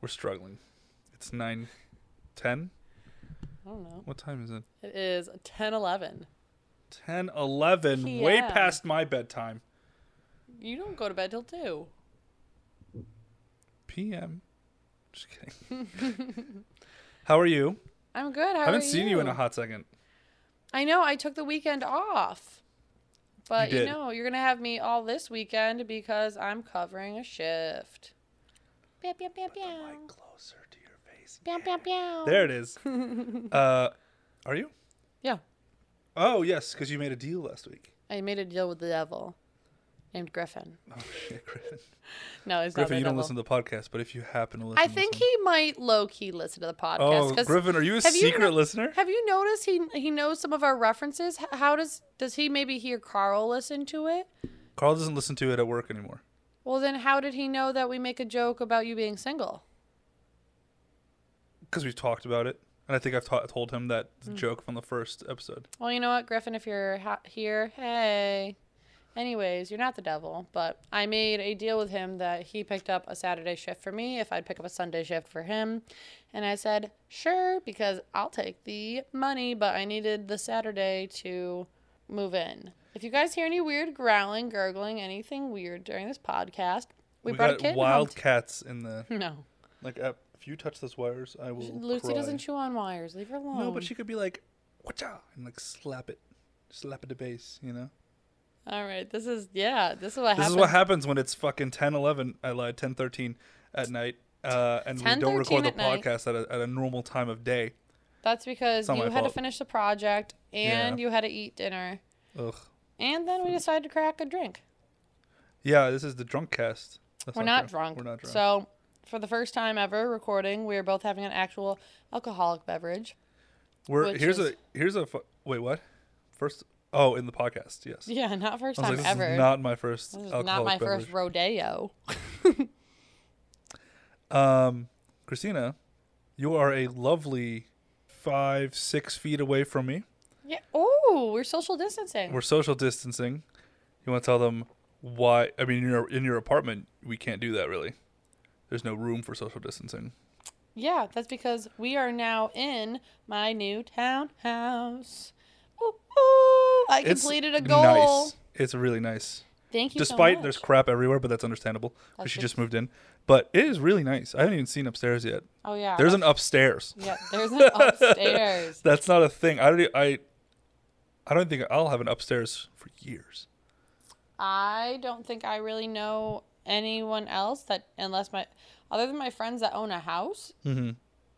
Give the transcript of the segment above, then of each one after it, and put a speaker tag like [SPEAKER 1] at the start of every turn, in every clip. [SPEAKER 1] We're struggling. It's nine, ten.
[SPEAKER 2] I don't know.
[SPEAKER 1] What time is it?
[SPEAKER 2] It is 10 11.
[SPEAKER 1] Ten, eleven. Way
[SPEAKER 2] PM.
[SPEAKER 1] past my bedtime.
[SPEAKER 2] You don't go to bed till 2.
[SPEAKER 1] PM. Just kidding. How are you?
[SPEAKER 2] I'm good. How
[SPEAKER 1] I haven't
[SPEAKER 2] are
[SPEAKER 1] seen you in a hot second.
[SPEAKER 2] I know. I took the weekend off. But
[SPEAKER 1] You
[SPEAKER 2] you,
[SPEAKER 1] did.
[SPEAKER 2] know, you're going to have me all this weekend because I'm covering a shift. Pew, pew, pew,
[SPEAKER 1] Like
[SPEAKER 2] pew.
[SPEAKER 1] closer to your face.
[SPEAKER 2] Pew, pew, pew.
[SPEAKER 1] There it is. uh, are you?
[SPEAKER 2] Yeah.
[SPEAKER 1] Oh yes, because you made a deal last week.
[SPEAKER 2] I made a deal with the devil named Griffin.
[SPEAKER 1] Oh shit, Griffin.
[SPEAKER 2] No, it's
[SPEAKER 1] Griffin,
[SPEAKER 2] not the
[SPEAKER 1] you
[SPEAKER 2] devil.
[SPEAKER 1] don't listen to the podcast, but if you happen to listen,
[SPEAKER 2] I
[SPEAKER 1] to
[SPEAKER 2] think
[SPEAKER 1] this
[SPEAKER 2] he might low key listen to the podcast.
[SPEAKER 1] one- Oh,
[SPEAKER 2] 'cause
[SPEAKER 1] Griffin, are you a
[SPEAKER 2] have you
[SPEAKER 1] secret
[SPEAKER 2] no-
[SPEAKER 1] listener?
[SPEAKER 2] Have you noticed he he knows some of our references? H- How does does he maybe hear Carl listen to it?
[SPEAKER 1] Carl doesn't listen to it at work anymore.
[SPEAKER 2] Well, then how did he know that we make a joke about you being single?
[SPEAKER 1] because we've talked about it, and I think I've ta- told him that
[SPEAKER 2] Mm.
[SPEAKER 1] joke from the first episode.
[SPEAKER 2] Well, you know what, Griffin, if you're ha- here, hey. Anyways, you're not the devil, but I made a deal with him that he picked up a Saturday shift for me if I'd pick up a Sunday shift for him. And I said, sure, because I'll take the money, but I needed the Saturday to move in. If you guys hear any weird growling, gurgling, anything weird during this podcast, we, brought a kitten. home
[SPEAKER 1] wild
[SPEAKER 2] t-
[SPEAKER 1] cats in the
[SPEAKER 2] no.
[SPEAKER 1] like. Uh, if you touch those wires, I will.
[SPEAKER 2] Lucy
[SPEAKER 1] cry.
[SPEAKER 2] doesn't chew on wires. Leave her alone.
[SPEAKER 1] No, but she could be like, "Wacha!" and like slap it, slap it to base. You know.
[SPEAKER 2] All right, this is, yeah, this is what
[SPEAKER 1] This
[SPEAKER 2] happens.
[SPEAKER 1] is what happens when it's fucking 10, 11, I lied, 10, 13 at night, uh, and we
[SPEAKER 2] 10,
[SPEAKER 1] don't record the
[SPEAKER 2] 13 at night.
[SPEAKER 1] podcast at a, at a normal time of day.
[SPEAKER 2] That's because
[SPEAKER 1] not
[SPEAKER 2] you
[SPEAKER 1] my
[SPEAKER 2] had to
[SPEAKER 1] fault.
[SPEAKER 2] finish the project and
[SPEAKER 1] Yeah.
[SPEAKER 2] you had to eat dinner.
[SPEAKER 1] Ugh.
[SPEAKER 2] And then we decided to crack a drink.
[SPEAKER 1] Yeah, this is the drunk cast. That's
[SPEAKER 2] We're not,
[SPEAKER 1] true.
[SPEAKER 2] drunk.
[SPEAKER 1] We're not drunk.
[SPEAKER 2] So, for the first time ever recording, we are both having an actual alcoholic beverage.
[SPEAKER 1] We're
[SPEAKER 2] which
[SPEAKER 1] here's
[SPEAKER 2] is-
[SPEAKER 1] a here's a fu- wait what first oh in the podcast yes.
[SPEAKER 2] Yeah, not first
[SPEAKER 1] I was like,
[SPEAKER 2] time
[SPEAKER 1] this
[SPEAKER 2] ever.
[SPEAKER 1] is not my first
[SPEAKER 2] This is
[SPEAKER 1] alcoholic
[SPEAKER 2] not my
[SPEAKER 1] beverage.
[SPEAKER 2] first rodeo.
[SPEAKER 1] Um, Christina, you are a lovely five, six feet away from me.
[SPEAKER 2] Yeah. Oh, we're social distancing.
[SPEAKER 1] We're social distancing. You want to tell them why? I mean, in your, in your apartment, we can't do that really. There's no room for social distancing.
[SPEAKER 2] yeah, that's because we are now in my new townhouse. Ooh, ooh, I completed a goal.
[SPEAKER 1] Nice. It's really nice.
[SPEAKER 2] Thank you. so
[SPEAKER 1] Despite
[SPEAKER 2] much.
[SPEAKER 1] there's crap everywhere, but that's understandable. 'cause
[SPEAKER 2] That's
[SPEAKER 1] she
[SPEAKER 2] just-
[SPEAKER 1] just moved in. But it is really nice. I haven't even seen upstairs yet.
[SPEAKER 2] Oh yeah.
[SPEAKER 1] There's
[SPEAKER 2] that's-
[SPEAKER 1] an upstairs.
[SPEAKER 2] Yeah, there's an upstairs.
[SPEAKER 1] That's not a thing. I don't. I. I don't think I'll have an upstairs for years.
[SPEAKER 2] I don't think I really know anyone else that, unless my, other than my friends that own a house,
[SPEAKER 1] Mm-hmm.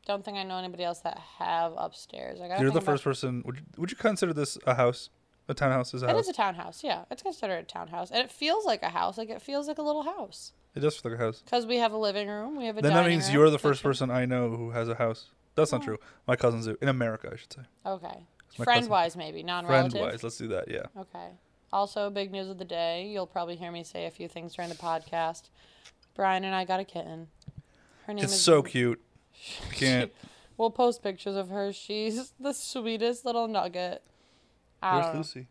[SPEAKER 2] don't think I know anybody else that have upstairs. I gotta
[SPEAKER 1] You're the
[SPEAKER 2] think about-
[SPEAKER 1] first person. Would you, would you consider this a house? A townhouse is a
[SPEAKER 2] It
[SPEAKER 1] house.
[SPEAKER 2] is a townhouse. Yeah, it's considered a townhouse, and it feels like a house. Like it feels like a little house
[SPEAKER 1] It does feel like a house.
[SPEAKER 2] because we have a living room, we have a.
[SPEAKER 1] Then that
[SPEAKER 2] dining
[SPEAKER 1] means
[SPEAKER 2] room,
[SPEAKER 1] you're the first
[SPEAKER 2] kitchen-
[SPEAKER 1] person I know who has a house. That's
[SPEAKER 2] Oh.
[SPEAKER 1] not true. My cousins do in America, I should say.
[SPEAKER 2] Okay,
[SPEAKER 1] my
[SPEAKER 2] friend
[SPEAKER 1] cousin.
[SPEAKER 2] wise, maybe
[SPEAKER 1] Friend
[SPEAKER 2] non-relative.
[SPEAKER 1] wise, let's do that. Yeah.
[SPEAKER 2] Okay. Also, big news of the day. You'll probably hear me say a few things during the podcast. Brian and I got a kitten. Her name
[SPEAKER 1] It's
[SPEAKER 2] is
[SPEAKER 1] so cute. Can't.
[SPEAKER 2] We'll post pictures of her. She's the sweetest little nugget. I
[SPEAKER 1] Where's
[SPEAKER 2] don't know.
[SPEAKER 1] Lucy?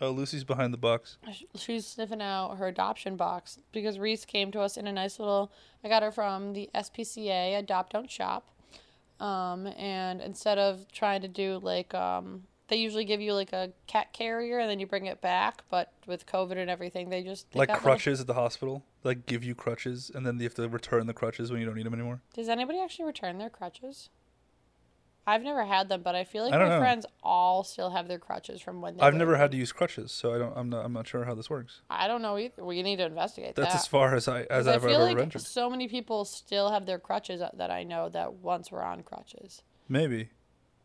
[SPEAKER 1] Oh, Lucy's behind the box.
[SPEAKER 2] Sh- She's sniffing out her adoption box because Reese came to us in a nice little. I got her from the SPCA Adopt Don't Shop, um, and instead of trying to do like um, they usually give you like a cat carrier and then you bring it back, but with COVID and everything, they just they
[SPEAKER 1] Like
[SPEAKER 2] got little-
[SPEAKER 1] crutches at the hospital. Like give you crutches, and then you have to return the crutches when you don't need them anymore.
[SPEAKER 2] Does anybody actually return their crutches? I've never had them, but I feel like
[SPEAKER 1] I
[SPEAKER 2] my
[SPEAKER 1] don't know.
[SPEAKER 2] friends all still have their crutches from when they.
[SPEAKER 1] I've
[SPEAKER 2] were-
[SPEAKER 1] never had to use crutches, so I don't. I'm not. I'm not sure how this works.
[SPEAKER 2] I don't know either. We need to investigate
[SPEAKER 1] That's
[SPEAKER 2] that.
[SPEAKER 1] as far as I as
[SPEAKER 2] 'Cause
[SPEAKER 1] I've
[SPEAKER 2] I feel
[SPEAKER 1] ever
[SPEAKER 2] like
[SPEAKER 1] ventured.
[SPEAKER 2] so many people still have their crutches that- that I know that once were on crutches.
[SPEAKER 1] Maybe.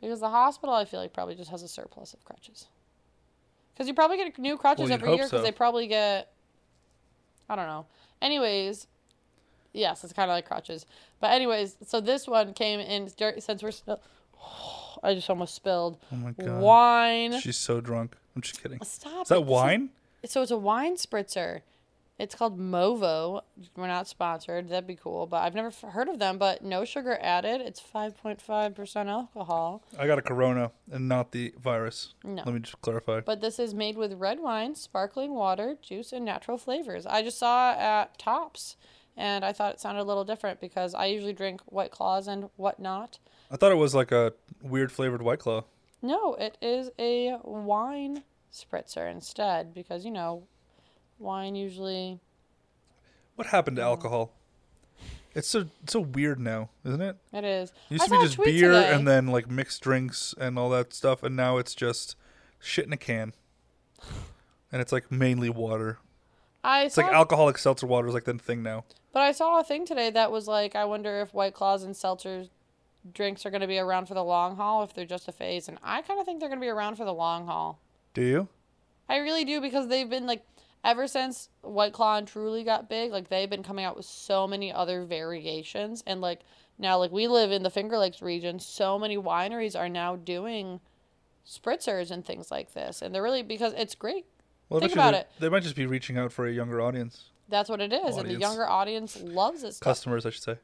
[SPEAKER 2] Because the hospital, I feel like, probably just has a surplus of crutches. Because you probably get new crutches
[SPEAKER 1] Well, you'd
[SPEAKER 2] every
[SPEAKER 1] hope
[SPEAKER 2] year because
[SPEAKER 1] so.
[SPEAKER 2] they probably get. I don't know. Anyways, yes, it's kind of like crutches. But, anyways, so this one came in dur- since we're still. I just almost spilled
[SPEAKER 1] Oh my god.
[SPEAKER 2] wine.
[SPEAKER 1] She's so drunk. I'm just kidding. Is
[SPEAKER 2] Stop.
[SPEAKER 1] that
[SPEAKER 2] it.
[SPEAKER 1] wine?
[SPEAKER 2] So it's a wine spritzer. It's called Movo. We're not sponsored. That'd be cool, but I've never f- heard of them. But no sugar added. It's five point five percent alcohol.
[SPEAKER 1] I got a corona and not the virus.
[SPEAKER 2] No.
[SPEAKER 1] Let me just clarify.
[SPEAKER 2] But this is made with red wine, sparkling water, juice, and natural flavors. I just saw it at Tops, and I thought it sounded a little different because I usually drink White Claws and whatnot.
[SPEAKER 1] I thought it was like a weird flavored White Claw.
[SPEAKER 2] No, it is a wine spritzer instead because you know, wine usually
[SPEAKER 1] What happened to alcohol? It's so so weird now, isn't it?
[SPEAKER 2] it is.
[SPEAKER 1] It used
[SPEAKER 2] I
[SPEAKER 1] to be
[SPEAKER 2] saw a
[SPEAKER 1] just
[SPEAKER 2] tweet
[SPEAKER 1] beer
[SPEAKER 2] today.
[SPEAKER 1] and then like mixed drinks and all that stuff, and now it's just shit in a can. And it's like mainly water.
[SPEAKER 2] I
[SPEAKER 1] It's
[SPEAKER 2] saw
[SPEAKER 1] like alcoholic seltzer water is like the thing now.
[SPEAKER 2] But I saw a thing today that was like, I wonder if White Claws and seltzer drinks are going to be around for the long haul, if they're just a phase. And I kind of think they're going to be around for the long haul.
[SPEAKER 1] Do you?
[SPEAKER 2] I really do because they've been like, ever since White Claw and Truly got big, like they've been coming out with so many other variations. And like now, like we live in the Finger Lakes region, so many wineries are now doing spritzers and things like this. And they're really because it's great.
[SPEAKER 1] Well, I
[SPEAKER 2] Think
[SPEAKER 1] bet you
[SPEAKER 2] about
[SPEAKER 1] they-
[SPEAKER 2] it.
[SPEAKER 1] They might just be reaching out for a younger audience,
[SPEAKER 2] That's what it is. And the
[SPEAKER 1] Audience.
[SPEAKER 2] younger audience loves it. stuff.
[SPEAKER 1] customers, I should say.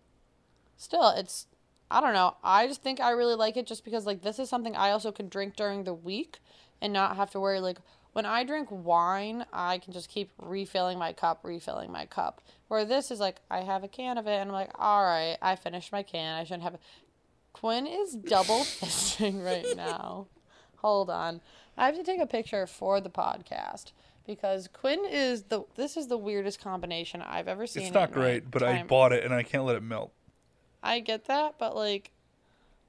[SPEAKER 2] still it's i don't know i just think i really like it just because like this is something i also can drink during the week and not have to worry like when i drink wine i can just keep refilling my cup refilling my cup where this is like i have a can of it and i'm like all right i finished my can i shouldn't have it quinn is double fisting right now hold on i have to take a picture for the podcast because quinn is the this is the weirdest combination i've ever seen
[SPEAKER 1] It's
[SPEAKER 2] in
[SPEAKER 1] not
[SPEAKER 2] my
[SPEAKER 1] great, but I
[SPEAKER 2] time.
[SPEAKER 1] bought it and I can't let it melt.
[SPEAKER 2] I get that, but like,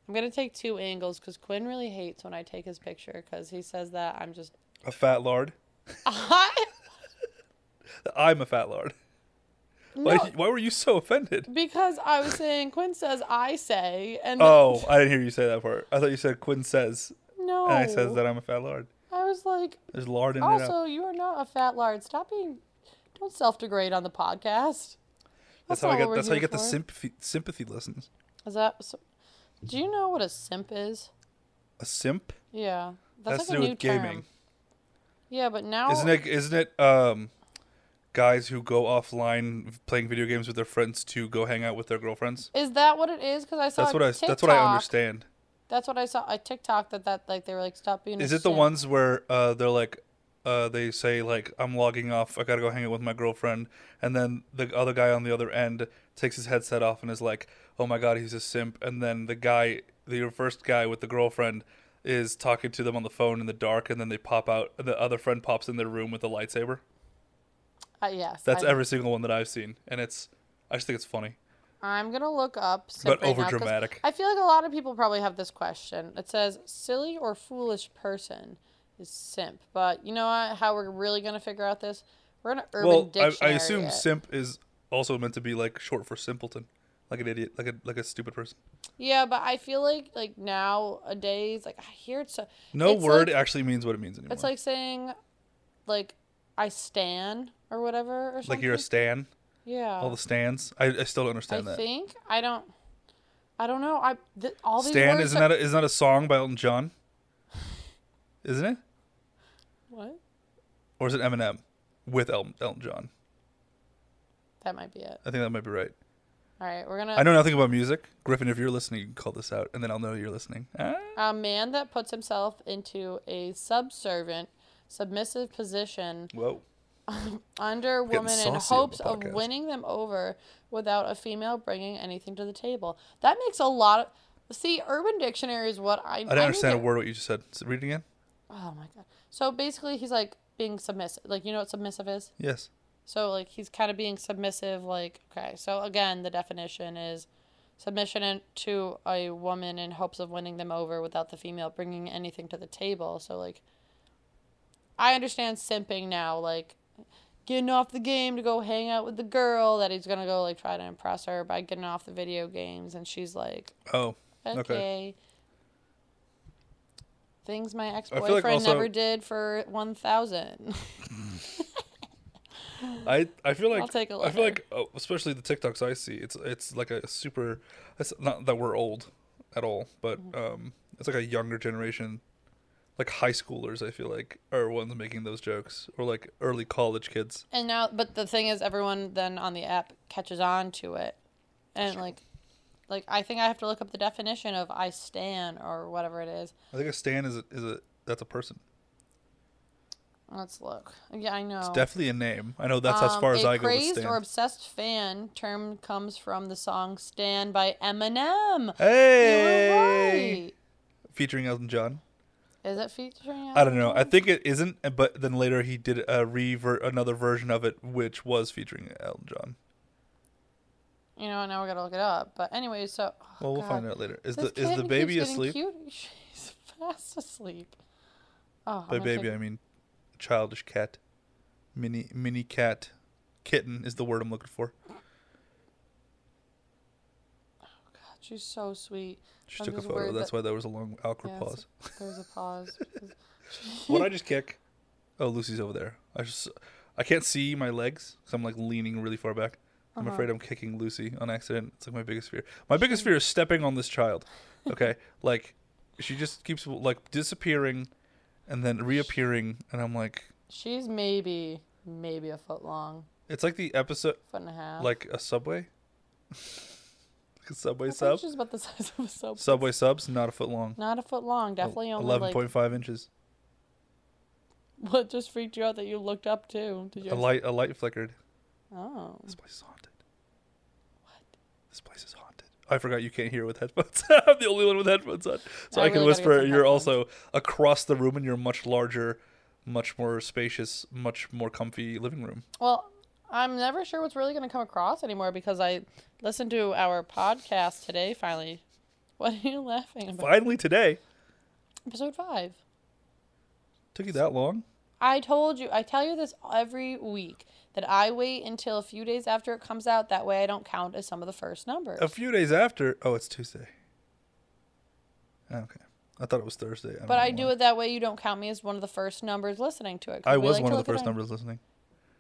[SPEAKER 2] I'm gonna take two angles because Quinn really hates when I take his picture because he says that I'm just.
[SPEAKER 1] A fat lard. I'm a fat lard. Why,
[SPEAKER 2] no,
[SPEAKER 1] why were you so offended?
[SPEAKER 2] because I was saying Quinn says I say, and
[SPEAKER 1] Oh, I didn't hear you say that part. I thought you said Quinn says,
[SPEAKER 2] no,
[SPEAKER 1] and I says that I'm a fat lard.
[SPEAKER 2] I was like,
[SPEAKER 1] There's lard in it.
[SPEAKER 2] Oh. also you are not a fat lard. Stop being, don't self degrade on the podcast.
[SPEAKER 1] That's, how I
[SPEAKER 2] not
[SPEAKER 1] get.
[SPEAKER 2] what we're
[SPEAKER 1] That's how you
[SPEAKER 2] here
[SPEAKER 1] get the
[SPEAKER 2] for.
[SPEAKER 1] sympathy sympathy lessons.
[SPEAKER 2] Is that? So, do you know what a simp is?
[SPEAKER 1] A simp
[SPEAKER 2] Yeah,
[SPEAKER 1] has
[SPEAKER 2] that's
[SPEAKER 1] to do
[SPEAKER 2] like a new
[SPEAKER 1] with gaming,
[SPEAKER 2] term. Oh. Yeah, but now
[SPEAKER 1] isn't it? Isn't it? Um, guys who go offline playing video games with their friends to go hang out with their girlfriends.
[SPEAKER 2] is that what it is? Because I saw
[SPEAKER 1] That's
[SPEAKER 2] a
[SPEAKER 1] what I.
[SPEAKER 2] TikTok.
[SPEAKER 1] That's what I understand.
[SPEAKER 2] That's what I saw. A TikTok that that like they were like stop being. a
[SPEAKER 1] Is it the
[SPEAKER 2] simp."
[SPEAKER 1] ones where uh, they're like, uh, they say like, I'm logging off. I gotta go hang out with my girlfriend, and then the other guy on the other end takes his headset off and is like, Oh my god, he's a simp. And then the guy, the first guy with the girlfriend, is talking to them on the phone in the dark, and then they pop out. The other friend pops in their room with a lightsaber.
[SPEAKER 2] Uh, yes.
[SPEAKER 1] That's
[SPEAKER 2] I-
[SPEAKER 1] every single one that I've seen, and it's. I just think it's funny.
[SPEAKER 2] I'm gonna look up. simp
[SPEAKER 1] But
[SPEAKER 2] right now 'cause
[SPEAKER 1] overdramatic.
[SPEAKER 2] I feel like a lot of people probably have this question. It says silly or foolish person is simp, but you know what? How we're really gonna figure out this? We're gonna urban
[SPEAKER 1] Well, I, I
[SPEAKER 2] dictionary.
[SPEAKER 1] assume
[SPEAKER 2] it.
[SPEAKER 1] simp is also meant to be like short for simpleton, like an idiot, like a like a stupid person.
[SPEAKER 2] Yeah, but I feel like like nowadays, like I hear it so.
[SPEAKER 1] No
[SPEAKER 2] It's
[SPEAKER 1] word
[SPEAKER 2] like-
[SPEAKER 1] actually means what it means anymore.
[SPEAKER 2] It's like saying, like, I stan or whatever or something.
[SPEAKER 1] like you're a stan
[SPEAKER 2] yeah.
[SPEAKER 1] all the stands i, I still don't
[SPEAKER 2] I
[SPEAKER 1] understand that
[SPEAKER 2] think I don't. I don't know. I th- all these
[SPEAKER 1] stan
[SPEAKER 2] words
[SPEAKER 1] isn't
[SPEAKER 2] that-
[SPEAKER 1] that, a, isn't that a song by elton john isn't it
[SPEAKER 2] what?
[SPEAKER 1] or is it eminem with elton, elton john
[SPEAKER 2] That might be it.
[SPEAKER 1] i think that might be right
[SPEAKER 2] All right, we're
[SPEAKER 1] i
[SPEAKER 2] gonna.
[SPEAKER 1] know nothing about music griffin if you're listening you can call this out and then i'll know you're listening ah.
[SPEAKER 2] A man that puts himself into a subservient, submissive position
[SPEAKER 1] whoa
[SPEAKER 2] under a woman in
[SPEAKER 1] saucy on
[SPEAKER 2] hopes
[SPEAKER 1] the
[SPEAKER 2] of
[SPEAKER 1] podcast.
[SPEAKER 2] winning them over without a female bringing anything to the table. That makes a lot of. See, Urban Dictionary is what I.
[SPEAKER 1] i didn't
[SPEAKER 2] need
[SPEAKER 1] understand
[SPEAKER 2] to-
[SPEAKER 1] a word what you just said S- read it again
[SPEAKER 2] Oh my god! So basically, he's like being submissive. Like you know what submissive is.
[SPEAKER 1] yes
[SPEAKER 2] So like he's kind of being submissive. Like okay, so again, the definition is submission in- to a woman in hopes of winning them over without the female bringing anything to the table. So like, I understand simping now. Like getting off the game to go hang out with the girl that he's gonna go like try to impress her by getting off the video games, and she's like,
[SPEAKER 1] oh
[SPEAKER 2] okay.
[SPEAKER 1] Okay.
[SPEAKER 2] Things my ex
[SPEAKER 1] like
[SPEAKER 2] boyfriend
[SPEAKER 1] also-
[SPEAKER 2] never did for one thousand.
[SPEAKER 1] I I feel like
[SPEAKER 2] I'll take a
[SPEAKER 1] I feel
[SPEAKER 2] letter.
[SPEAKER 1] like oh, especially the TikToks I see, it's it's like a super. It's not that we're old at all, but
[SPEAKER 2] Mm-hmm.
[SPEAKER 1] um, it's like a younger generation, like high schoolers. I feel like are ones making those jokes, or like early college kids.
[SPEAKER 2] And now, but the thing is, everyone then on the app catches on to it, and like, like I think I have to look up the definition of I stan or whatever it is.
[SPEAKER 1] I think a stan is a, is a that's a person.
[SPEAKER 2] Let's look. Yeah, I know.
[SPEAKER 1] It's definitely a name. I know that's as
[SPEAKER 2] Oh. Um,
[SPEAKER 1] far as
[SPEAKER 2] a
[SPEAKER 1] I go with
[SPEAKER 2] crazed
[SPEAKER 1] Stan.
[SPEAKER 2] or obsessed fan term comes from the song "Stand" by Eminem.
[SPEAKER 1] hey,
[SPEAKER 2] You were right.
[SPEAKER 1] featuring Elton John.
[SPEAKER 2] Is it featuring?
[SPEAKER 1] I don't know. I think it isn't, but then later he did a revert another version of it, which was featuring Elton John.
[SPEAKER 2] You know, now we gotta look it up. But anyway, so oh,
[SPEAKER 1] Well, we'll
[SPEAKER 2] God.
[SPEAKER 1] find out later. Is
[SPEAKER 2] This
[SPEAKER 1] the is the
[SPEAKER 2] kitten
[SPEAKER 1] baby
[SPEAKER 2] keeps getting
[SPEAKER 1] asleep?
[SPEAKER 2] Cute. She's fast asleep. Oh,
[SPEAKER 1] By baby, I mean childish cat, mini mini cat, kitten is the word I'm looking for.
[SPEAKER 2] God, she's so sweet.
[SPEAKER 1] She
[SPEAKER 2] I'm
[SPEAKER 1] took a
[SPEAKER 2] just
[SPEAKER 1] photo.
[SPEAKER 2] worried
[SPEAKER 1] That's
[SPEAKER 2] that-
[SPEAKER 1] why there was a long awkward
[SPEAKER 2] Yeah,
[SPEAKER 1] pause.
[SPEAKER 2] it's- There was a pause. because she-
[SPEAKER 1] What I just kick? Oh, Lucy's over there. I just I can't see my legs because I'm like leaning really far back. I'm
[SPEAKER 2] Uh-huh.
[SPEAKER 1] afraid I'm kicking Lucy on accident. It's like my biggest fear. My biggest fear is stepping on this child. Okay, like she just keeps like disappearing, and then reappearing, and I'm like,
[SPEAKER 2] She's maybe maybe a foot long,
[SPEAKER 1] it's like the episode
[SPEAKER 2] foot and a half.
[SPEAKER 1] like a subway, like a subway
[SPEAKER 2] I
[SPEAKER 1] sub.
[SPEAKER 2] think she's about the size of a soap.
[SPEAKER 1] Subway subs not a foot long.
[SPEAKER 2] Not a foot long. Definitely only
[SPEAKER 1] Eleven
[SPEAKER 2] like.
[SPEAKER 1] point five inches.
[SPEAKER 2] What just freaked you out that you looked up too? Did you?
[SPEAKER 1] A light a light flickered.
[SPEAKER 2] oh.
[SPEAKER 1] This place is haunted. This place is haunted. I forgot you can't hear with headphones. I'm the only one with headphones on. So
[SPEAKER 2] I
[SPEAKER 1] I, can
[SPEAKER 2] really gotta get
[SPEAKER 1] whisper.
[SPEAKER 2] some
[SPEAKER 1] You're
[SPEAKER 2] headphones.
[SPEAKER 1] also across the room and you're much larger, much more spacious, much more comfy living room.
[SPEAKER 2] Well, I'm never sure what's really going to come across anymore because I listened to our podcast today. Finally, what are you laughing about?
[SPEAKER 1] Finally today.
[SPEAKER 2] Episode five.
[SPEAKER 1] Took you that long?
[SPEAKER 2] I told you. I tell you this every week that I wait until a few days after it comes out. That way, I don't count as some of the first numbers.
[SPEAKER 1] A few days after. Oh, it's Tuesday. Okay. I thought it was Thursday. don't
[SPEAKER 2] but
[SPEAKER 1] know
[SPEAKER 2] I
[SPEAKER 1] why.
[SPEAKER 2] do it that way. You don't count me as one of the first numbers listening to it. 'cause
[SPEAKER 1] Mm-hmm. I
[SPEAKER 2] we
[SPEAKER 1] was
[SPEAKER 2] like
[SPEAKER 1] one
[SPEAKER 2] to
[SPEAKER 1] of the
[SPEAKER 2] look at
[SPEAKER 1] first
[SPEAKER 2] our-
[SPEAKER 1] numbers listening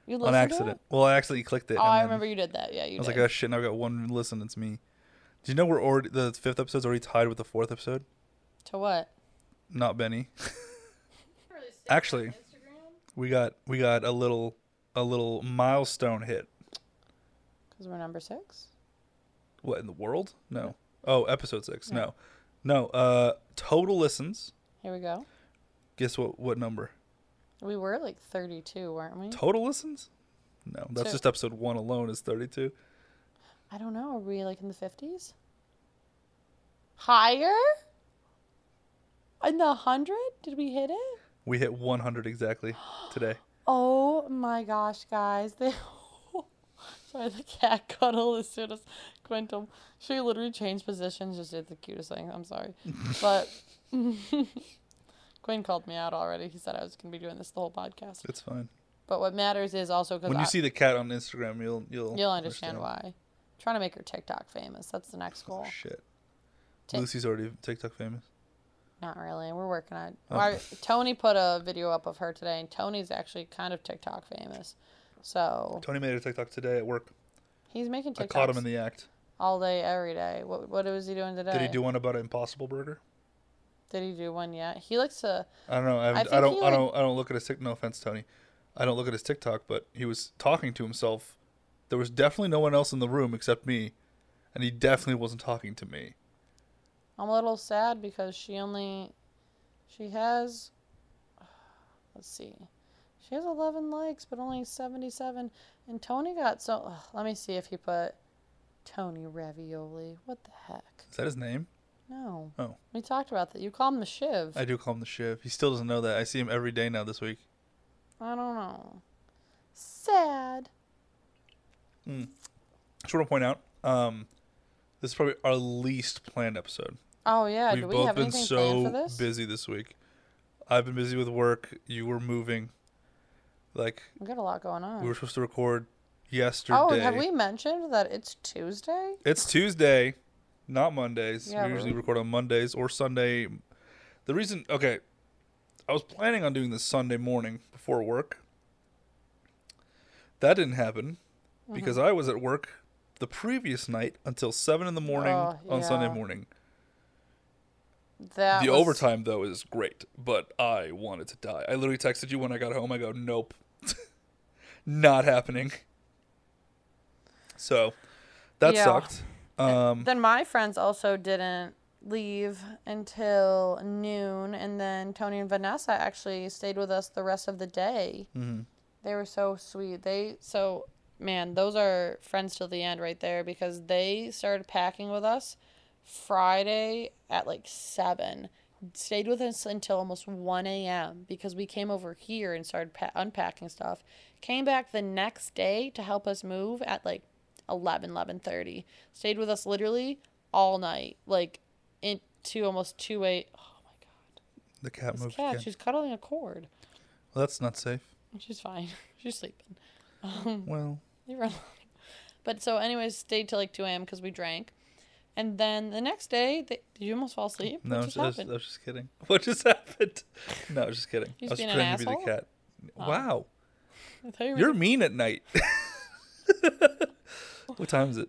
[SPEAKER 2] You
[SPEAKER 1] on
[SPEAKER 2] listened
[SPEAKER 1] accident. Well, I actually clicked it.
[SPEAKER 2] To it? Oh,
[SPEAKER 1] and
[SPEAKER 2] I
[SPEAKER 1] then-
[SPEAKER 2] remember you did that. Yeah, you
[SPEAKER 1] I was
[SPEAKER 2] did.
[SPEAKER 1] like, oh shit, now I've got one listen. It's me. Do you know we're already the fifth episode's already tied with the fourth episode?
[SPEAKER 2] to what?
[SPEAKER 1] Not Benny. Actually, we got we got a little a little milestone hit.
[SPEAKER 2] Because we're number six.
[SPEAKER 1] What in the world? No. Oh, episode six. No, no. Uh, total listens.
[SPEAKER 2] Here we go.
[SPEAKER 1] Guess what? What number?
[SPEAKER 2] We were like 32, weren't we?
[SPEAKER 1] Total listens? No, that's
[SPEAKER 2] Two.
[SPEAKER 1] just episode one alone is thirty-two.
[SPEAKER 2] I don't know. Are we like in the 50s? Higher? In the 100? Did we hit it?
[SPEAKER 1] We hit one hundred exactly today.
[SPEAKER 2] Oh my gosh, guys. They. Sorry, the cat cuddle as soon as Quintum. She literally changed positions, just did the cutest thing. I'm sorry. But Quinn called me out already. He said I was going to be doing this the whole podcast.
[SPEAKER 1] It's fine.
[SPEAKER 2] But what matters is also because
[SPEAKER 1] When
[SPEAKER 2] I,
[SPEAKER 1] you see the cat on Instagram, you'll you'll
[SPEAKER 2] you'll understand, why. trying to make her TikTok famous. That's the next goal.
[SPEAKER 1] Oh, shit.
[SPEAKER 2] Tick-
[SPEAKER 1] Lucy's already TikTok famous.
[SPEAKER 2] Not really. We're working on it.
[SPEAKER 1] Oh.
[SPEAKER 2] Our- Tony put a video up of her today, and Tony's actually kind of TikTok famous. So
[SPEAKER 1] Tony made a TikTok today at work.
[SPEAKER 2] he's making TikToks
[SPEAKER 1] I caught him in the act.
[SPEAKER 2] all day, every day. What, what was he doing today?
[SPEAKER 1] Did he do one about an Impossible Burger?
[SPEAKER 2] Did he do one yet? He uh, likes to.
[SPEAKER 1] I don't know. I, haven't- I,
[SPEAKER 2] think
[SPEAKER 1] don't.
[SPEAKER 2] he,
[SPEAKER 1] I
[SPEAKER 2] like-
[SPEAKER 1] don't. I don't look at his. Tik- No offense, Tony. I don't look at his TikTok, but he was talking to himself. There was definitely no one else in the room except me, and he definitely wasn't talking to me.
[SPEAKER 2] I'm a little sad because she only. She has. Let's see. She has 11 likes, but only 77. And Tony got so. ugh, let me see if he put Tony Ravioli. What the heck?
[SPEAKER 1] Is that his name?
[SPEAKER 2] No.
[SPEAKER 1] Oh.
[SPEAKER 2] We talked about that. You call him the Shiv.
[SPEAKER 1] I do call him the Shiv. He still doesn't know that. I see him every day now this week.
[SPEAKER 2] I don't know. Sad.
[SPEAKER 1] Just want to point out, um, this is probably our least planned episode.
[SPEAKER 2] Oh yeah, do
[SPEAKER 1] We've
[SPEAKER 2] we
[SPEAKER 1] both
[SPEAKER 2] have
[SPEAKER 1] been
[SPEAKER 2] anything planned for
[SPEAKER 1] so
[SPEAKER 2] this?
[SPEAKER 1] busy this week. I've been busy with work. You were moving. Like
[SPEAKER 2] We got a lot going on.
[SPEAKER 1] we were supposed to record yesterday.
[SPEAKER 2] oh, and have we mentioned that it's Tuesday?
[SPEAKER 1] It's Tuesday, not Mondays.
[SPEAKER 2] Yeah,
[SPEAKER 1] we
[SPEAKER 2] but-
[SPEAKER 1] usually record on Mondays or Sunday. The reason, okay, I was planning on doing this Sunday morning before work. That didn't happen because
[SPEAKER 2] Mm-hmm.
[SPEAKER 1] I was at work the previous night until 7 in the morning
[SPEAKER 2] Oh,
[SPEAKER 1] on Sunday
[SPEAKER 2] yeah.
[SPEAKER 1] morning.
[SPEAKER 2] That
[SPEAKER 1] the
[SPEAKER 2] was-
[SPEAKER 1] overtime, though, is great, but I wanted to die. I literally texted you when I got home. I go, nope, not happening. So that
[SPEAKER 2] Yeah.
[SPEAKER 1] sucked. Um,
[SPEAKER 2] Then my friends also didn't leave until noon, and then Tony and Vanessa actually stayed with us the rest of the day.
[SPEAKER 1] Mhm.
[SPEAKER 2] They were so sweet. They so man, those are friends till the end right there because they started packing with us Friday at like seven. Stayed with us until almost 1 a.m. because we came over here and started pa- unpacking stuff. Came back the next day to help us move at like 11, 11.30. Stayed with us literally all night, like into almost 2 a. Oh my God.
[SPEAKER 1] The cat
[SPEAKER 2] This
[SPEAKER 1] moved
[SPEAKER 2] cat,
[SPEAKER 1] again.
[SPEAKER 2] she's cuddling a cord.
[SPEAKER 1] Well, that's not safe.
[SPEAKER 2] She's fine. she's sleeping. Hmm.
[SPEAKER 1] Well,
[SPEAKER 2] You were lying. But so, anyways, stayed till like 2 a.m. because we drank. And then the next day, they, did you almost fall asleep?
[SPEAKER 1] no, I
[SPEAKER 2] what
[SPEAKER 1] was,
[SPEAKER 2] just
[SPEAKER 1] I, was, I
[SPEAKER 2] happened?
[SPEAKER 1] was just uh, kidding. What just happened? No, I was just kidding. I
[SPEAKER 2] You just
[SPEAKER 1] was
[SPEAKER 2] being
[SPEAKER 1] pretending to
[SPEAKER 2] an
[SPEAKER 1] be the
[SPEAKER 2] asshole? Oh.
[SPEAKER 1] cat. Wow,
[SPEAKER 2] I thought you were
[SPEAKER 1] you're mean at night. what time is it?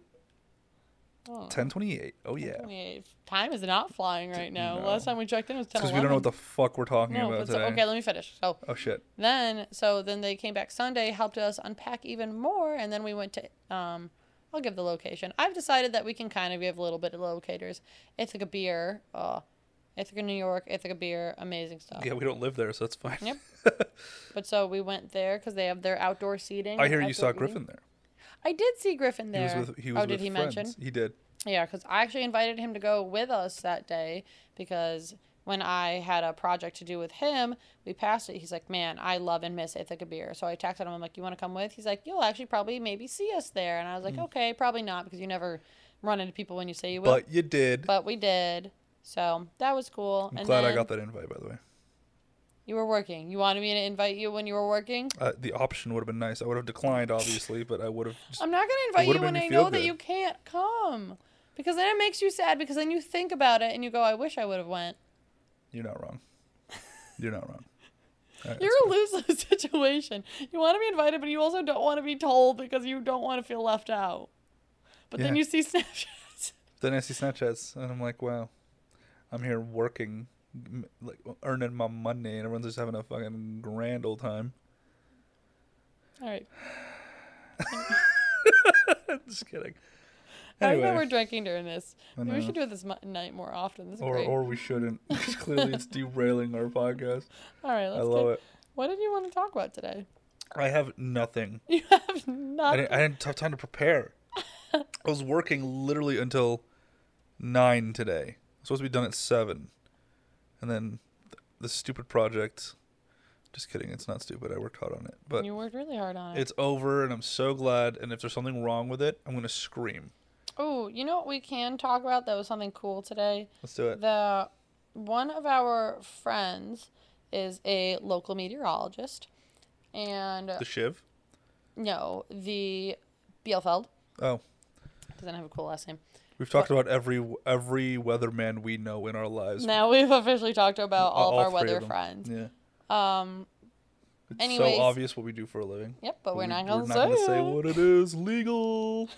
[SPEAKER 2] Oh,
[SPEAKER 1] Ten twenty-eight. Oh yeah.
[SPEAKER 2] 28. Time is not flying right now.
[SPEAKER 1] no.
[SPEAKER 2] Last time we checked in was 10
[SPEAKER 1] Because we don't know what the fuck we're talking
[SPEAKER 2] no,
[SPEAKER 1] about
[SPEAKER 2] but so-
[SPEAKER 1] today.
[SPEAKER 2] okay, let me finish. So
[SPEAKER 1] Oh shit.
[SPEAKER 2] then, so then they came back Sunday, helped us unpack even more, and then we went to. Um, I'll give the location. I've decided that we can kind of give a little bit of locators. Ithaca beer, uh, Ithaca, New York, Ithaca beer, amazing stuff.
[SPEAKER 1] Uh, Yeah, we don't live there, so it's fine.
[SPEAKER 2] Yep. But so we went there because they have their outdoor seating.
[SPEAKER 1] I hear you
[SPEAKER 2] outdoor
[SPEAKER 1] saw
[SPEAKER 2] eating.
[SPEAKER 1] Griffin there.
[SPEAKER 2] I did see Griffin there.
[SPEAKER 1] He was with he was
[SPEAKER 2] oh,
[SPEAKER 1] with
[SPEAKER 2] did he
[SPEAKER 1] friends.
[SPEAKER 2] mention?
[SPEAKER 1] He did.
[SPEAKER 2] Yeah, because I actually invited him to go with us that day because when I had a project to do with him, we passed it. He's like, "Man, I love and miss Ithaca beer." So I texted him. I'm like, "You want to come with?" He's like, "You'll actually probably maybe see us there." And I was like,
[SPEAKER 1] Mm.
[SPEAKER 2] "Okay, probably not because you never run into people when you say you will." But,
[SPEAKER 1] But you did.
[SPEAKER 2] we did. So that was cool.
[SPEAKER 1] I'm
[SPEAKER 2] and
[SPEAKER 1] glad I
[SPEAKER 2] then
[SPEAKER 1] got that invite by the way.
[SPEAKER 2] You were working. You wanted me to invite you when you were working.
[SPEAKER 1] Uh, the option would have been nice. I would have declined obviously, but I would have just
[SPEAKER 2] I'm not gonna invite you
[SPEAKER 1] would've
[SPEAKER 2] when
[SPEAKER 1] made me
[SPEAKER 2] I
[SPEAKER 1] feel
[SPEAKER 2] know that
[SPEAKER 1] good.
[SPEAKER 2] you can't come, because then it makes you sad. Because then you think about it and you go, "I wish I would have went."
[SPEAKER 1] you're not wrong. You're not wrong. All right,
[SPEAKER 2] You're
[SPEAKER 1] that's
[SPEAKER 2] a lose lose situation. You want to be invited, but you also don't want to be told because you don't want to feel left out. But then
[SPEAKER 1] Yeah.
[SPEAKER 2] you see Snapchats.
[SPEAKER 1] fine. then I see Snapchats and I'm like, wow, I'm here working, m- like earning my money, and everyone's just having a fucking grand old time.
[SPEAKER 2] All right.
[SPEAKER 1] just kidding.
[SPEAKER 2] I
[SPEAKER 1] Anyway,
[SPEAKER 2] know we're drinking during this.
[SPEAKER 1] I
[SPEAKER 2] Maybe we
[SPEAKER 1] know.
[SPEAKER 2] should do this mu- night more often. This is
[SPEAKER 1] or
[SPEAKER 2] great.
[SPEAKER 1] or we shouldn't. 'cause clearly, it's derailing our podcast.
[SPEAKER 2] All right.
[SPEAKER 1] I
[SPEAKER 2] Let's
[SPEAKER 1] love
[SPEAKER 2] get-
[SPEAKER 1] it.
[SPEAKER 2] What did you want to talk about today?
[SPEAKER 1] I have nothing.
[SPEAKER 2] You have
[SPEAKER 1] I
[SPEAKER 2] nothing.
[SPEAKER 1] didn't, I didn't have time to prepare. I was working literally until nine today. I was supposed to be done at seven, and then th- the stupid project. Just kidding. It's not stupid. I worked hard on it, but
[SPEAKER 2] you worked really hard on it.
[SPEAKER 1] it's over, and I'm so glad. And if there's something wrong with it, I'm gonna scream.
[SPEAKER 2] Oh, you know what we can talk about? That was something cool today.
[SPEAKER 1] Let's do it.
[SPEAKER 2] The one of our friends is a local meteorologist, and
[SPEAKER 1] The shiv.
[SPEAKER 2] no, the Bielfeld
[SPEAKER 1] Oh,
[SPEAKER 2] doesn't have a cool last name.
[SPEAKER 1] we've talked about every every weatherman we know in our lives.
[SPEAKER 2] Now we've officially talked about all,
[SPEAKER 1] All
[SPEAKER 2] of our
[SPEAKER 1] three of
[SPEAKER 2] weather
[SPEAKER 1] them.
[SPEAKER 2] friends.
[SPEAKER 1] Yeah.
[SPEAKER 2] Um,
[SPEAKER 1] It's
[SPEAKER 2] Anyways.
[SPEAKER 1] so obvious what we do for a living.
[SPEAKER 2] yep, but we're
[SPEAKER 1] we-
[SPEAKER 2] not gonna,
[SPEAKER 1] we're not
[SPEAKER 2] say,
[SPEAKER 1] gonna say
[SPEAKER 2] it.
[SPEAKER 1] what it is legal.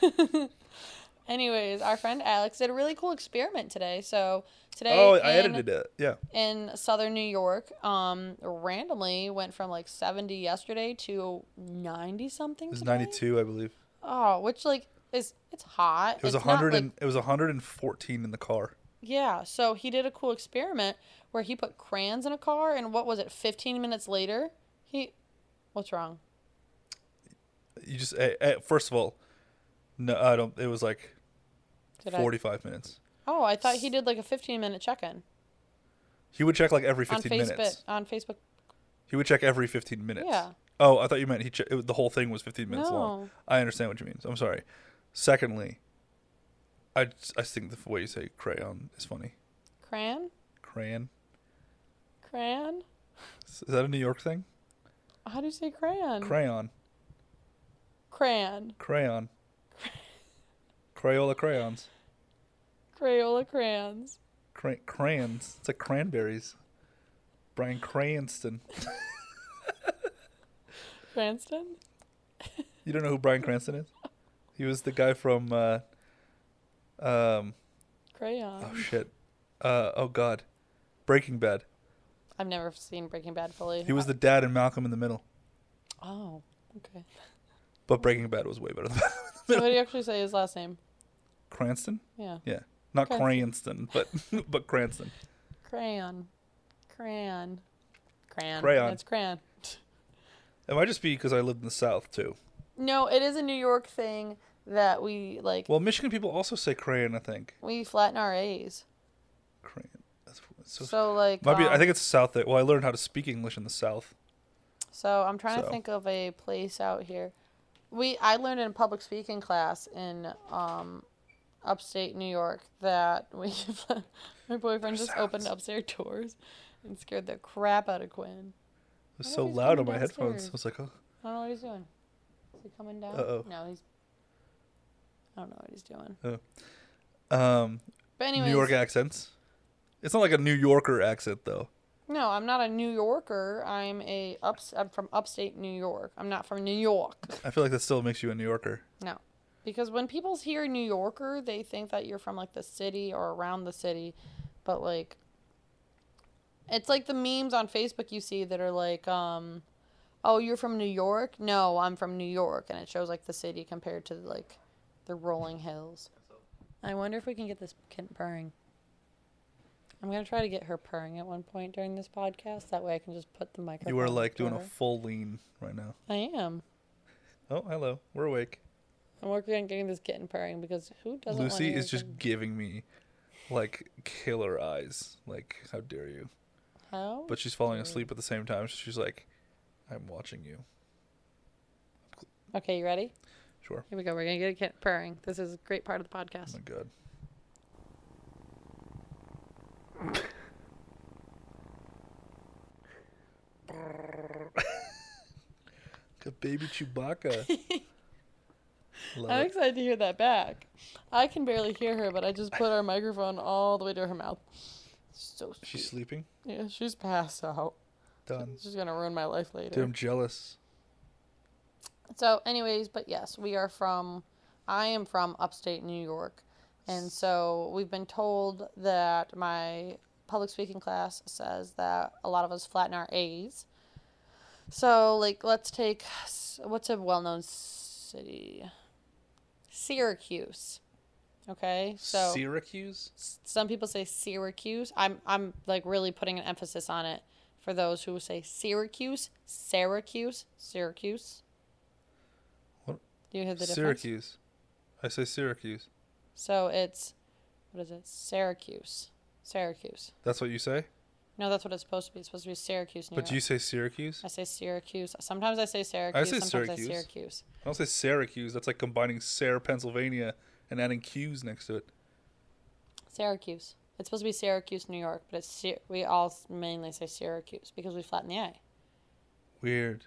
[SPEAKER 2] Anyways, our friend Alex did a really cool experiment today. So today,
[SPEAKER 1] oh, I
[SPEAKER 2] in-
[SPEAKER 1] edited it. Yeah.
[SPEAKER 2] in southern New York um randomly went from like 70 yesterday to 90 something
[SPEAKER 1] It was
[SPEAKER 2] today?
[SPEAKER 1] 92, I believe.
[SPEAKER 2] Oh, which like is it's hot.
[SPEAKER 1] It was
[SPEAKER 2] It's not,
[SPEAKER 1] 100
[SPEAKER 2] like-
[SPEAKER 1] and it was 114 in the car.
[SPEAKER 2] yeah, so he did a cool experiment where he put crayons in a car and what was it 15 minutes later? He What's wrong?
[SPEAKER 1] You just eh, eh, first of all, no, I don't. It was like
[SPEAKER 2] Did
[SPEAKER 1] 45 minutes.
[SPEAKER 2] I Oh, I thought he did like a 15 minute check-in
[SPEAKER 1] He would check like every
[SPEAKER 2] on
[SPEAKER 1] 15
[SPEAKER 2] Facebook
[SPEAKER 1] minutes.
[SPEAKER 2] on Facebook.
[SPEAKER 1] He would check every 15 minutes.
[SPEAKER 2] Yeah.
[SPEAKER 1] Oh, I thought you meant he. Che- it, was- the whole thing was 15 minutes long.
[SPEAKER 2] No.
[SPEAKER 1] I understand what you mean. I'm sorry. Secondly, I just- I just think the way you say crayon is funny.
[SPEAKER 2] Crayon?
[SPEAKER 1] Crayon
[SPEAKER 2] Crayon?
[SPEAKER 1] is that a New York thing?
[SPEAKER 2] How do you say crayon?
[SPEAKER 1] Crayon,
[SPEAKER 2] crayon.
[SPEAKER 1] crayon, Crayola crayons,
[SPEAKER 2] Crayola crayons.
[SPEAKER 1] Cra- crayons. It's like cranberries. Brian Cranston.
[SPEAKER 2] Cranston?
[SPEAKER 1] You don't know who Brian Cranston is? He was the guy from uh um
[SPEAKER 2] Crayon.
[SPEAKER 1] oh shit. Uh oh god. Breaking Bad.
[SPEAKER 2] I've never seen Breaking Bad fully.
[SPEAKER 1] He was the dad in Malcolm in the Middle.
[SPEAKER 2] Oh, okay.
[SPEAKER 1] But Breaking Bad was way better than
[SPEAKER 2] So what do you actually say his last name?
[SPEAKER 1] Cranston?
[SPEAKER 2] Yeah.
[SPEAKER 1] Yeah. Not
[SPEAKER 2] Okay.
[SPEAKER 1] Cranston, but but Cranston.
[SPEAKER 2] Crayon. Crayon. Crayon.
[SPEAKER 1] Crayon.
[SPEAKER 2] That's crayon.
[SPEAKER 1] It might just be because I lived in the South too.
[SPEAKER 2] No, it is a New York thing that we like.
[SPEAKER 1] Well, Michigan people also say crayon. I think
[SPEAKER 2] we flatten our A's.
[SPEAKER 1] crayon. That's that's so.
[SPEAKER 2] So like.
[SPEAKER 1] might be, I
[SPEAKER 2] um,
[SPEAKER 1] think it's South. That, well, I learned how to speak English in the South.
[SPEAKER 2] So I'm trying to
[SPEAKER 1] So.
[SPEAKER 2] think of a place out here. We I learned in public speaking class in um, upstate New York that we my boyfriend just opened
[SPEAKER 1] sounds.
[SPEAKER 2] upstairs doors and scared the crap out of Quinn.
[SPEAKER 1] It was
[SPEAKER 2] What
[SPEAKER 1] so
[SPEAKER 2] if he's
[SPEAKER 1] loud on
[SPEAKER 2] coming
[SPEAKER 1] my headphones.
[SPEAKER 2] downstairs?
[SPEAKER 1] I was like, oh,
[SPEAKER 2] I don't know what he's doing. Is he coming down?
[SPEAKER 1] Uh-oh.
[SPEAKER 2] No, he's. I don't know what he's doing.
[SPEAKER 1] um,
[SPEAKER 2] But anyways,
[SPEAKER 1] New York accents. It's not like a New Yorker accent though.
[SPEAKER 2] no, I'm not a New Yorker. I'm a ups. I'm from upstate New York. I'm not from New York.
[SPEAKER 1] I feel like that still makes you a New Yorker.
[SPEAKER 2] No. Because when people hear New Yorker, they think that you're from like the city or around the city, but like it's like the memes on Facebook you see that are like um oh, you're from New York? No, I'm from New York and it shows like the city compared to like the rolling hills. I wonder if we can get this kid purring. I'm going to try to get her purring at one point during this podcast that way I can just put the microphone
[SPEAKER 1] You are like doing
[SPEAKER 2] to
[SPEAKER 1] a
[SPEAKER 2] her.
[SPEAKER 1] full lean right now.
[SPEAKER 2] I am.
[SPEAKER 1] Oh, hello. We're awake.
[SPEAKER 2] I'm working on getting this kitten purring because who doesn't wanna
[SPEAKER 1] Lucy
[SPEAKER 2] hear
[SPEAKER 1] is just
[SPEAKER 2] them?
[SPEAKER 1] giving me like killer eyes. Like, how dare you?
[SPEAKER 2] How?
[SPEAKER 1] But she's falling asleep at the same time. So she's like, I'm watching you.
[SPEAKER 2] Okay, you ready?
[SPEAKER 1] Sure.
[SPEAKER 2] Here we go. We're gonna get a kid purring. This is a great part of the
[SPEAKER 1] Oh
[SPEAKER 2] podcast.
[SPEAKER 1] my god. Good baby Chewbacca. Love
[SPEAKER 2] I'm
[SPEAKER 1] it.
[SPEAKER 2] excited to hear that back. I can barely hear her, but I just put our microphone all the way to her mouth. So sweet.
[SPEAKER 1] She's sleeping.
[SPEAKER 2] yeah, she's passed out.
[SPEAKER 1] Done.
[SPEAKER 2] She's gonna ruin my life later.
[SPEAKER 1] Dude, I'm jealous.
[SPEAKER 2] So, anyways, but yes, we are from, I am from upstate New York. And so we've been told that my public speaking class says that a lot of us flatten our A's. So, like, let's take s- what's a well known city? Syracuse. Okay. So,
[SPEAKER 1] Syracuse?
[SPEAKER 2] s- some people say Syracuse. I'm, I'm like really putting an emphasis on it for those who say Syracuse, Syracuse, Syracuse.
[SPEAKER 1] What?
[SPEAKER 2] Do you hear the difference?
[SPEAKER 1] Syracuse. I say Syracuse.
[SPEAKER 2] So it's what is it? Syracuse. Syracuse.
[SPEAKER 1] That's what you say?
[SPEAKER 2] No, that's what it's supposed to be. It's supposed to be Syracuse, New
[SPEAKER 1] But do you
[SPEAKER 2] York.
[SPEAKER 1] say Syracuse?
[SPEAKER 2] I say Syracuse. Sometimes I say Syracuse.
[SPEAKER 1] say
[SPEAKER 2] sometimes
[SPEAKER 1] Syracuse.
[SPEAKER 2] I say Syracuse.
[SPEAKER 1] I don't say Syracuse. That's like combining Sarah, Pennsylvania, and adding Q's next to it.
[SPEAKER 2] Syracuse. It's supposed to be Syracuse, New York, but it's Sy- we all s- mainly say Syracuse because we flatten the I.
[SPEAKER 1] Weird.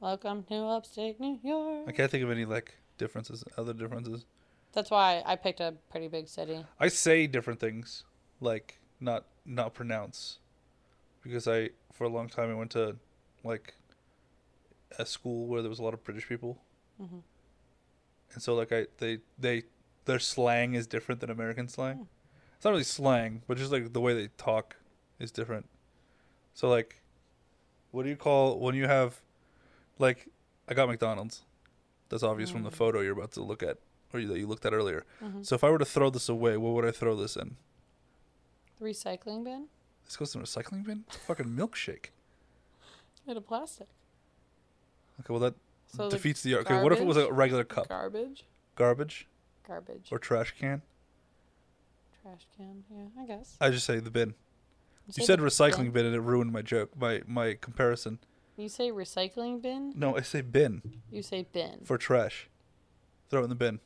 [SPEAKER 2] Welcome to upstate New York.
[SPEAKER 1] I can't think of any like differences, other differences.
[SPEAKER 2] That's why I picked a pretty big city.
[SPEAKER 1] I say different things, like not not pronounce, because I for a long time I went to like a school where there was a lot of British people,
[SPEAKER 2] Mhm.
[SPEAKER 1] and so like I they they their slang is different than American slang. It's not really slang, but just like the way they talk is different. So like, what do you call when you have, like, I got McDonald's. That's obvious from the photo you're about to look at or you, that you looked at earlier.
[SPEAKER 2] Mhm.
[SPEAKER 1] So if I were to throw this away, what would I throw this in?
[SPEAKER 2] The recycling bin?
[SPEAKER 1] This goes in a recycling bin. It's a fucking milkshake.
[SPEAKER 2] Made of plastic.
[SPEAKER 1] Okay, well that
[SPEAKER 2] So the
[SPEAKER 1] defeats the. Okay, what if it was a regular cup,
[SPEAKER 2] Garbage.
[SPEAKER 1] garbage
[SPEAKER 2] Garbage.
[SPEAKER 1] or trash can?
[SPEAKER 2] Trash can. Yeah, I guess.
[SPEAKER 1] I just say the bin. You
[SPEAKER 2] say
[SPEAKER 1] said
[SPEAKER 2] the
[SPEAKER 1] recycling
[SPEAKER 2] bin.
[SPEAKER 1] bin and it ruined my joke, my my comparison.
[SPEAKER 2] You say recycling bin.
[SPEAKER 1] No, I say bin.
[SPEAKER 2] You say bin.
[SPEAKER 1] for trash. Throw it in the bin.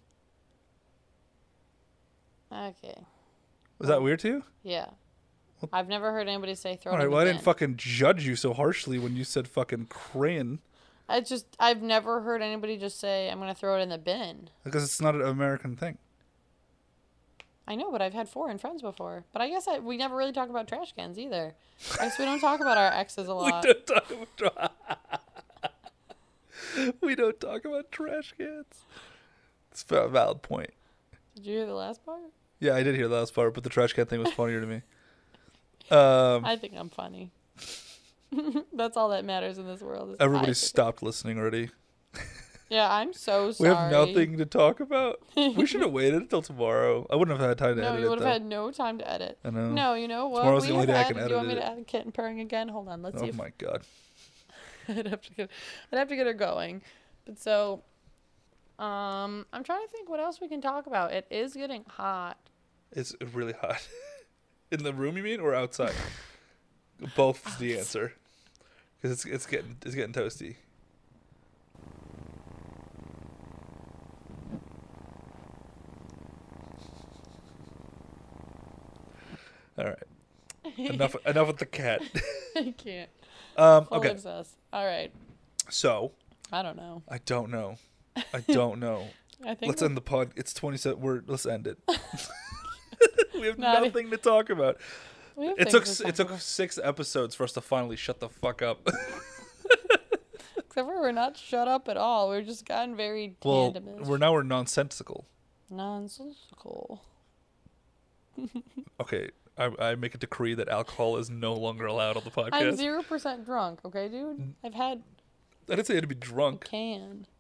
[SPEAKER 2] Okay.
[SPEAKER 1] Was that weird to you?
[SPEAKER 2] Yeah.
[SPEAKER 1] What-
[SPEAKER 2] I've never heard anybody say Oh. throw
[SPEAKER 1] All
[SPEAKER 2] it
[SPEAKER 1] right.
[SPEAKER 2] in
[SPEAKER 1] Well,
[SPEAKER 2] the
[SPEAKER 1] I
[SPEAKER 2] bin.
[SPEAKER 1] didn't fucking judge you so harshly when you said fucking crayon
[SPEAKER 2] I just I've never heard anybody just say I'm gonna throw it in the bin.
[SPEAKER 1] because it's not an American thing.
[SPEAKER 2] I know, but I've had foreign friends before. But I guess I, we never really talk about trash cans either. I guess we don't talk about our exes a
[SPEAKER 1] We
[SPEAKER 2] lot.
[SPEAKER 1] don't talk about. tra- we don't talk about trash cans. It's a valid point.
[SPEAKER 2] Did you hear the last part?
[SPEAKER 1] Yeah, I did hear the last part, but the trash can thing was funnier to me. Um,
[SPEAKER 2] I think I'm funny. That's all that matters in this world. Is I
[SPEAKER 1] everybody
[SPEAKER 2] think-
[SPEAKER 1] stopped listening already.
[SPEAKER 2] Yeah, I'm so
[SPEAKER 1] We
[SPEAKER 2] sorry.
[SPEAKER 1] have nothing to talk about. we should have waited until tomorrow. I wouldn't have had time to
[SPEAKER 2] No, you
[SPEAKER 1] edit
[SPEAKER 2] would
[SPEAKER 1] it
[SPEAKER 2] have
[SPEAKER 1] though.
[SPEAKER 2] had no time to edit.
[SPEAKER 1] I know.
[SPEAKER 2] No, you know what?
[SPEAKER 1] Tomorrow's
[SPEAKER 2] we
[SPEAKER 1] the only
[SPEAKER 2] have
[SPEAKER 1] day I can
[SPEAKER 2] added- Do you want me
[SPEAKER 1] edit
[SPEAKER 2] to add kitten purring again? Hold on, let's see
[SPEAKER 1] Oh
[SPEAKER 2] if
[SPEAKER 1] my god.
[SPEAKER 2] I'd have to get I'd have to get her going. But so um I'm trying to think what else we can talk about. It is getting hot.
[SPEAKER 1] It's really hot. In the room, you mean, or outside? Both is the answer, because it's it's getting it's getting toasty. All right, enough enough with the cat.
[SPEAKER 2] I can't.
[SPEAKER 1] Um,
[SPEAKER 2] Full
[SPEAKER 1] okay,
[SPEAKER 2] obsess. All right.
[SPEAKER 1] so
[SPEAKER 2] I don't know.
[SPEAKER 1] I don't know, I don't know.
[SPEAKER 2] I think
[SPEAKER 1] Let's
[SPEAKER 2] we're-
[SPEAKER 1] end the pod. It's twenty seven. We're let's end it. we have
[SPEAKER 2] Not-
[SPEAKER 1] nothing to talk about.
[SPEAKER 2] we have
[SPEAKER 1] It
[SPEAKER 2] things
[SPEAKER 1] took
[SPEAKER 2] to
[SPEAKER 1] s-
[SPEAKER 2] talk
[SPEAKER 1] it took six episodes for us to finally shut the fuck up.
[SPEAKER 2] Except for we're not shut up at all. We're just gotten very
[SPEAKER 1] well,
[SPEAKER 2] tandemish.
[SPEAKER 1] we're now we're nonsensical.
[SPEAKER 2] nonsensical.
[SPEAKER 1] Okay, I, I make a decree that alcohol is no longer allowed on the
[SPEAKER 2] I'm
[SPEAKER 1] podcast.
[SPEAKER 2] zero percent drunk, okay,
[SPEAKER 1] Mm.
[SPEAKER 2] dude? I've had
[SPEAKER 1] I didn't say I had to be
[SPEAKER 2] a
[SPEAKER 1] drunk.
[SPEAKER 2] can.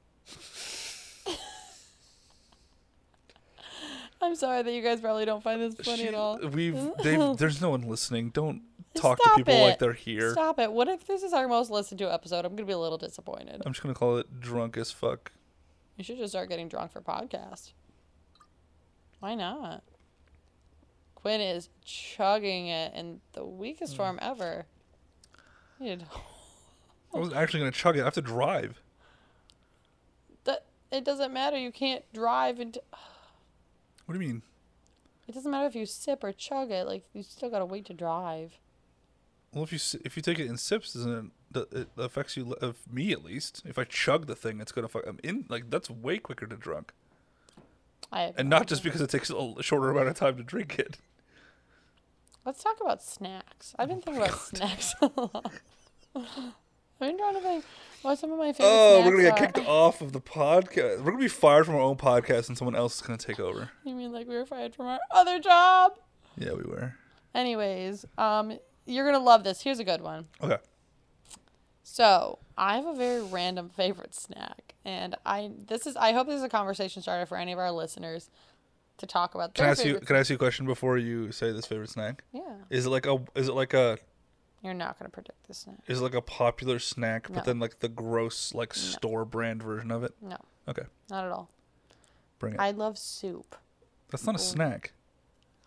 [SPEAKER 2] I'm sorry that you guys probably don't find this funny
[SPEAKER 1] She-
[SPEAKER 2] at all.
[SPEAKER 1] We've they've, there's no one listening. Don't talk
[SPEAKER 2] Stop
[SPEAKER 1] to people
[SPEAKER 2] it.
[SPEAKER 1] like they're here.
[SPEAKER 2] Stop it. What if this is our most listened to episode? I'm gonna be a little disappointed.
[SPEAKER 1] I'm just gonna call it drunk as fuck.
[SPEAKER 2] You should just start getting drunk for podcast. Why not? Quinn is chugging it in the weakest
[SPEAKER 1] Mm.
[SPEAKER 2] form ever. You need to-
[SPEAKER 1] I was actually gonna chug it. I have to drive.
[SPEAKER 2] That it doesn't matter. You can't drive and
[SPEAKER 1] What do you mean?
[SPEAKER 2] it doesn't matter if you sip or chug it. Like you still gotta wait to drive.
[SPEAKER 1] Well, if you s- if you take it in sips, doesn't it, it affects you? le- Of me at least, if I chug the thing, it's gonna fuck. I'm in like that's way quicker to drunk,
[SPEAKER 2] I have
[SPEAKER 1] and
[SPEAKER 2] no
[SPEAKER 1] not just
[SPEAKER 2] idea.
[SPEAKER 1] because it takes a l- shorter amount of time to drink it.
[SPEAKER 2] Let's talk about snacks. I've been thinking about snacks a lot. I've been trying to think what some of my favorite
[SPEAKER 1] Oh,
[SPEAKER 2] snacks
[SPEAKER 1] we're gonna get
[SPEAKER 2] are.
[SPEAKER 1] kicked off of the podcast. We're gonna be fired from our own podcast, and someone else is gonna take over.
[SPEAKER 2] You mean like we were fired from our other job?
[SPEAKER 1] Yeah, we were.
[SPEAKER 2] Anyways, um, you're gonna love this. Here's a good one.
[SPEAKER 1] Okay.
[SPEAKER 2] So I have a very random favorite snack, and I this is I hope this is a conversation starter for any of our listeners to talk about
[SPEAKER 1] Can
[SPEAKER 2] their
[SPEAKER 1] I ask you?
[SPEAKER 2] favorite.
[SPEAKER 1] Can I ask you a question before you say this favorite snack?
[SPEAKER 2] yeah,
[SPEAKER 1] Is it like a? Is it like a?
[SPEAKER 2] you're not gonna predict this snack.
[SPEAKER 1] Is it like a popular snack, but
[SPEAKER 2] No.
[SPEAKER 1] then like the gross like store brand version of it?
[SPEAKER 2] No,
[SPEAKER 1] Okay,
[SPEAKER 2] not at all.
[SPEAKER 1] bring it.
[SPEAKER 2] I love soup.
[SPEAKER 1] That's not a snack.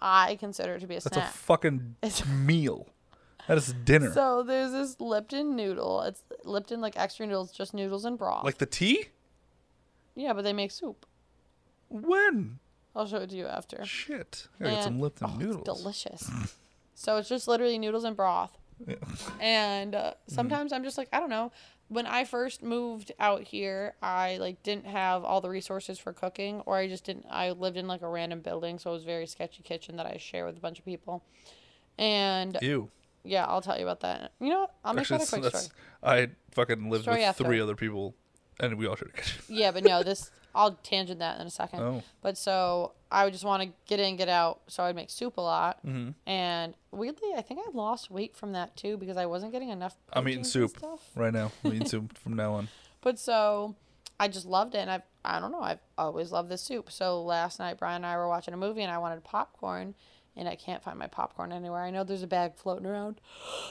[SPEAKER 2] I consider it to be a
[SPEAKER 1] That's
[SPEAKER 2] snack.
[SPEAKER 1] a fucking
[SPEAKER 2] It's-
[SPEAKER 1] meal. That is dinner.
[SPEAKER 2] so there's this Lipton noodle. It's Lipton like extra noodles, just noodles and broth.
[SPEAKER 1] like the tea?
[SPEAKER 2] yeah, but they make soup.
[SPEAKER 1] When?
[SPEAKER 2] I'll show it to you after.
[SPEAKER 1] Shit. I gotta get some
[SPEAKER 2] and-
[SPEAKER 1] Lipton
[SPEAKER 2] oh, it's
[SPEAKER 1] noodles.
[SPEAKER 2] delicious. so it's just literally noodles and broth.
[SPEAKER 1] Yeah.
[SPEAKER 2] And uh,
[SPEAKER 1] Mm-hmm.
[SPEAKER 2] sometimes I'm just like, I don't know. When I first moved out here, I like didn't have all the resources for cooking, or I just didn't. I lived in like a random building, so it was a very sketchy kitchen that I share with a bunch of people. And
[SPEAKER 1] Ew.
[SPEAKER 2] yeah, I'll tell you about that. You know, what? I'll make
[SPEAKER 1] Actually,
[SPEAKER 2] that a
[SPEAKER 1] that's,
[SPEAKER 2] quick story.
[SPEAKER 1] that's, I fucking lived
[SPEAKER 2] Story
[SPEAKER 1] with
[SPEAKER 2] after.
[SPEAKER 1] three other people, and we all should.
[SPEAKER 2] Yeah, but no, this I'll tangent that in a second.
[SPEAKER 1] oh,
[SPEAKER 2] But so I would just want to get in, get out. So I'd make soup a lot.
[SPEAKER 1] Mhm.
[SPEAKER 2] And weirdly, I think I lost weight from that too because I wasn't getting enough.
[SPEAKER 1] I'm eating
[SPEAKER 2] proteins and
[SPEAKER 1] soup.
[SPEAKER 2] Stuff.
[SPEAKER 1] right now. I'm eating soup from now on.
[SPEAKER 2] But so I just loved it. And I've, I don't know, I've always loved this soup. So last night, Brian and I were watching a movie and I wanted popcorn. And I can't find my popcorn anywhere. I know there's a bag floating around.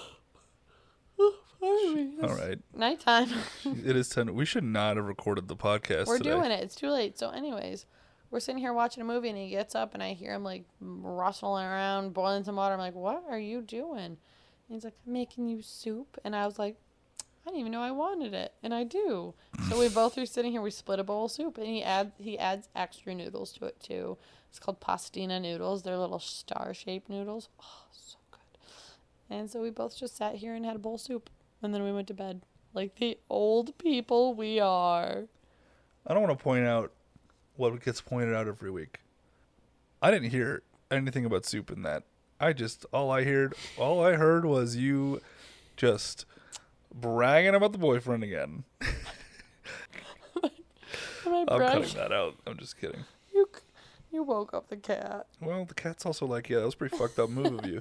[SPEAKER 1] All right.
[SPEAKER 2] Nighttime.
[SPEAKER 1] It is 10. We should not have recorded the podcast
[SPEAKER 2] We're
[SPEAKER 1] today.
[SPEAKER 2] doing it. It's too late. So, anyways, we're sitting here watching a movie, and he gets up, and I hear him like rustling around, boiling some water. I'm like, "What are you doing?" And he's like, "I'm making you soup," and I was like, "I didn't even know I wanted it," and I do. So we both are sitting here. We split a bowl of soup, and he adds he adds extra noodles to it too. It's called pastina noodles. They're little star shaped noodles. Oh, so good. And so we both just sat here and had a bowl of soup, and then we went to bed. Like the old people we are.
[SPEAKER 1] I don't want to point out what gets pointed out every week. I didn't hear anything about soup in that. I just all I heard all I heard was you just bragging about the boyfriend again.
[SPEAKER 2] Am I
[SPEAKER 1] I'm
[SPEAKER 2] bragging?
[SPEAKER 1] cutting that out. I'm just kidding.
[SPEAKER 2] You, c- you woke up the cat.
[SPEAKER 1] Well, the cat's also like, yeah, that was a pretty fucked up move of you.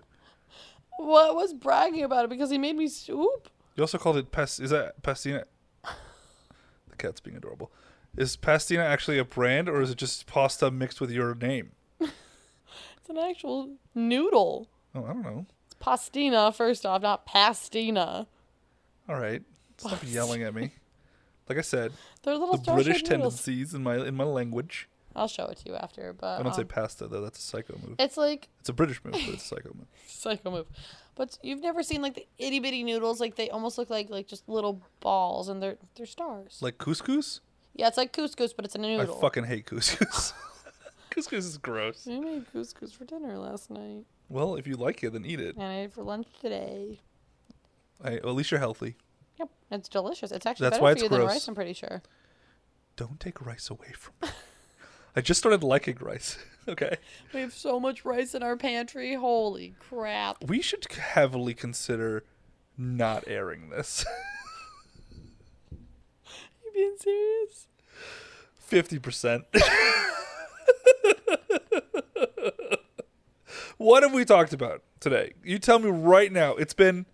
[SPEAKER 2] What was bragging about it because he made me soup?
[SPEAKER 1] You also called it pest. Is that pestina? The cat's being adorable. Is pastina actually a brand or is it just pasta mixed with your name?
[SPEAKER 2] It's an actual noodle.
[SPEAKER 1] Oh, I don't know.
[SPEAKER 2] It's pastina, first off, not pastina.
[SPEAKER 1] All right. Stop yelling at me. Like I said,
[SPEAKER 2] They're little
[SPEAKER 1] the British
[SPEAKER 2] star-shaped noodles.
[SPEAKER 1] tendencies in my in my language.
[SPEAKER 2] I'll show it to you after, but
[SPEAKER 1] I don't say
[SPEAKER 2] um,
[SPEAKER 1] pasta though. That's a psycho move.
[SPEAKER 2] it's like
[SPEAKER 1] It's a British move, but it's a psycho move.
[SPEAKER 2] psycho move. But you've never seen like the itty bitty noodles, like they almost look like like just little balls, and they're they're stars.
[SPEAKER 1] Like couscous?
[SPEAKER 2] yeah, it's like couscous, but it's in a
[SPEAKER 1] I
[SPEAKER 2] noodle.
[SPEAKER 1] fucking hate couscous. couscous is gross.
[SPEAKER 2] I made couscous for dinner last night,
[SPEAKER 1] Well, if you like it, then eat it.
[SPEAKER 2] and I ate it for lunch today.
[SPEAKER 1] I, well, at least you're healthy.
[SPEAKER 2] Yep, it's delicious. It's actually
[SPEAKER 1] That's
[SPEAKER 2] better
[SPEAKER 1] why
[SPEAKER 2] for
[SPEAKER 1] it's
[SPEAKER 2] you than
[SPEAKER 1] gross.
[SPEAKER 2] rice. I'm pretty sure.
[SPEAKER 1] Don't take rice away from me. I just started liking rice. okay.
[SPEAKER 2] We have so much rice in our pantry. Holy crap!
[SPEAKER 1] We should heavily consider not airing this.
[SPEAKER 2] you being serious?
[SPEAKER 1] 50%. what have we talked about today? You tell me right now. It's been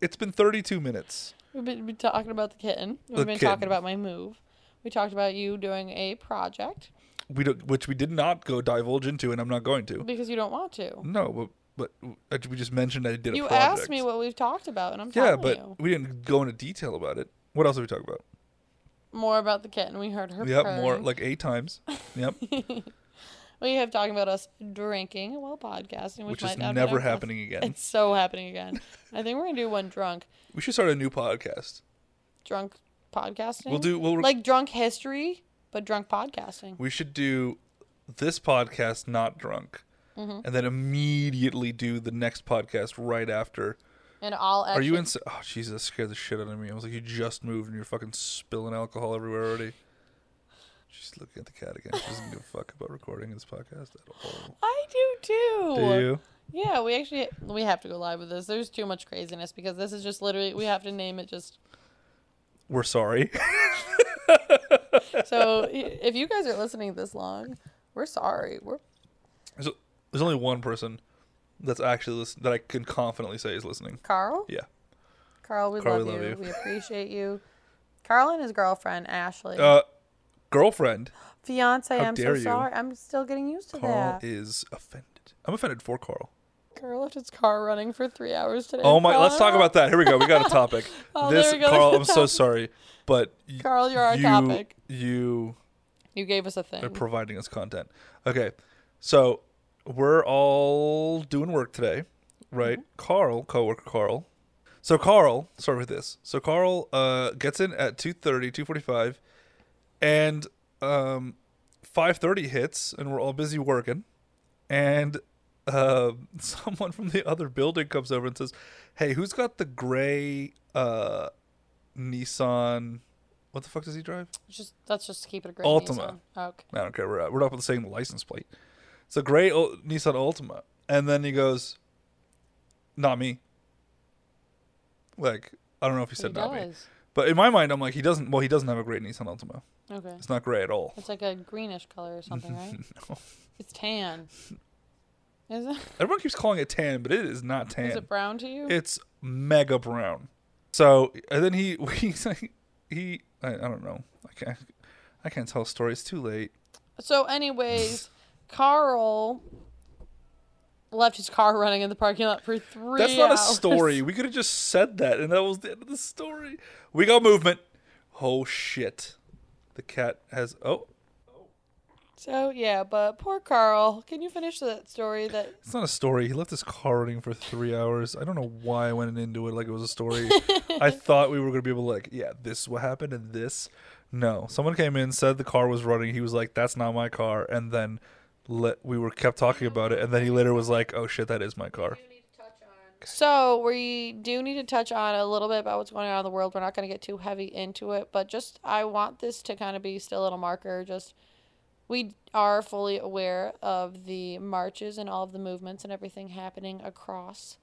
[SPEAKER 1] it's been 32 minutes.
[SPEAKER 2] We've been, been talking about the kitten. We've
[SPEAKER 1] The
[SPEAKER 2] been
[SPEAKER 1] kitten.
[SPEAKER 2] talking about my move. We talked about you doing a project
[SPEAKER 1] We do, which we did not go divulge into and I'm not going to.
[SPEAKER 2] because you don't want to.
[SPEAKER 1] No, but, but we just mentioned I did a
[SPEAKER 2] You
[SPEAKER 1] project.
[SPEAKER 2] asked me what we've talked about, and I'm
[SPEAKER 1] Yeah,
[SPEAKER 2] telling
[SPEAKER 1] but
[SPEAKER 2] you
[SPEAKER 1] we didn't go into detail about it. What else did we talk about?
[SPEAKER 2] more about the kitten. We heard her.
[SPEAKER 1] Yep,
[SPEAKER 2] purring.
[SPEAKER 1] more like eight times. Yep,
[SPEAKER 2] we have talking about us drinking while podcasting,
[SPEAKER 1] which
[SPEAKER 2] which,
[SPEAKER 1] is
[SPEAKER 2] might not be
[SPEAKER 1] never
[SPEAKER 2] our best-
[SPEAKER 1] happening again.
[SPEAKER 2] It's so happening again. I think we're gonna do one drunk,
[SPEAKER 1] We should start a new podcast.
[SPEAKER 2] drunk podcasting.
[SPEAKER 1] We'll do. We'll,
[SPEAKER 2] like drunk history, but drunk podcasting.
[SPEAKER 1] we should do this podcast not drunk, and then immediately do the next podcast right after.
[SPEAKER 2] And all
[SPEAKER 1] Are you
[SPEAKER 2] action-
[SPEAKER 1] in? Oh, Jesus, that scared the shit out of me. I was like, you just moved and you're fucking spilling alcohol everywhere already. She's looking at the cat again. She doesn't give a fuck about recording this podcast at all.
[SPEAKER 2] I do too.
[SPEAKER 1] Do you?
[SPEAKER 2] Yeah, we actually we have to go live with this. There's too much craziness because this is just literally we have to name it just.
[SPEAKER 1] We're sorry.
[SPEAKER 2] So i- if you guys are listening this long, we're sorry. We're
[SPEAKER 1] There's, there's only one person that's actually listen, that I can confidently say is listening.
[SPEAKER 2] Carl.
[SPEAKER 1] Yeah.
[SPEAKER 2] Carl, we
[SPEAKER 1] Carl,
[SPEAKER 2] love,
[SPEAKER 1] we love
[SPEAKER 2] you.
[SPEAKER 1] you.
[SPEAKER 2] We appreciate you. Carl and his girlfriend Ashley,
[SPEAKER 1] Uh, girlfriend.
[SPEAKER 2] fiance.
[SPEAKER 1] how
[SPEAKER 2] I'm so
[SPEAKER 1] dare you.
[SPEAKER 2] sorry. I'm still getting used to
[SPEAKER 1] Carl
[SPEAKER 2] that.
[SPEAKER 1] is offended. I'm offended for Carl.
[SPEAKER 2] Carl left his car running for three hours today.
[SPEAKER 1] Oh my! Let's talk
[SPEAKER 2] Carl.
[SPEAKER 1] about that. Here we go. We got a topic.
[SPEAKER 2] Oh, there
[SPEAKER 1] this
[SPEAKER 2] we go.
[SPEAKER 1] Carl, I'm so sorry, but y-
[SPEAKER 2] Carl, you're our
[SPEAKER 1] you,
[SPEAKER 2] topic.
[SPEAKER 1] You
[SPEAKER 2] You gave us a
[SPEAKER 1] are
[SPEAKER 2] thing.
[SPEAKER 1] providing us content. Okay, so we're all doing work today, right? Carl, coworker Carl. So Carl, start with this. So Carl uh, gets in at 2.30, 2.45, and um, 5.30 hits, and we're all busy working. And uh, someone from the other building comes over and says, hey, who's got the gray uh, Nissan... What the fuck does he drive?
[SPEAKER 2] just let's just keep it a great
[SPEAKER 1] Ultima.
[SPEAKER 2] Nissan. Okay.
[SPEAKER 1] I don't care. We're, we're not saying the license plate. It's a gray o- Nissan Altima. And then he goes, not me. Like, I don't know if he
[SPEAKER 2] He
[SPEAKER 1] said not me.
[SPEAKER 2] does.
[SPEAKER 1] But in my mind, I'm like, he doesn't, well, he doesn't have a great Nissan Altima.
[SPEAKER 2] Okay.
[SPEAKER 1] It's not gray at all.
[SPEAKER 2] It's like a greenish color or something, right?
[SPEAKER 1] No.
[SPEAKER 2] It's tan. Is it?
[SPEAKER 1] Everyone keeps calling it tan, but it is not tan.
[SPEAKER 2] Is it brown to you?
[SPEAKER 1] it's mega brown. So, and then he, he's like, he, I, I don't know. I can't, I can't tell a story. It's too late.
[SPEAKER 2] so, anyways, Carl left his car running in the parking lot for three.
[SPEAKER 1] That's not a
[SPEAKER 2] hours.
[SPEAKER 1] story. We could have just said that, and that was the end of the story. We got movement. Oh shit! The cat has. Oh,
[SPEAKER 2] So yeah, but poor Carl. Can you finish that story? That
[SPEAKER 1] it's not a story. He left his car running for three hours. I don't know why I went into it like it was a story. I thought we were gonna be able to like, yeah, this is what happened, and this. No, someone came in, said the car was running. He was like, "That's not my car," and then let we were kept talking about it, and then he later was like, "Oh shit, that is my car."
[SPEAKER 2] so we do need to touch on a little bit about what's going on in the world. We're not going to get too heavy into it, but just I want this to kind of be still a little marker. Just we are fully aware of the marches and all of the movements and everything happening across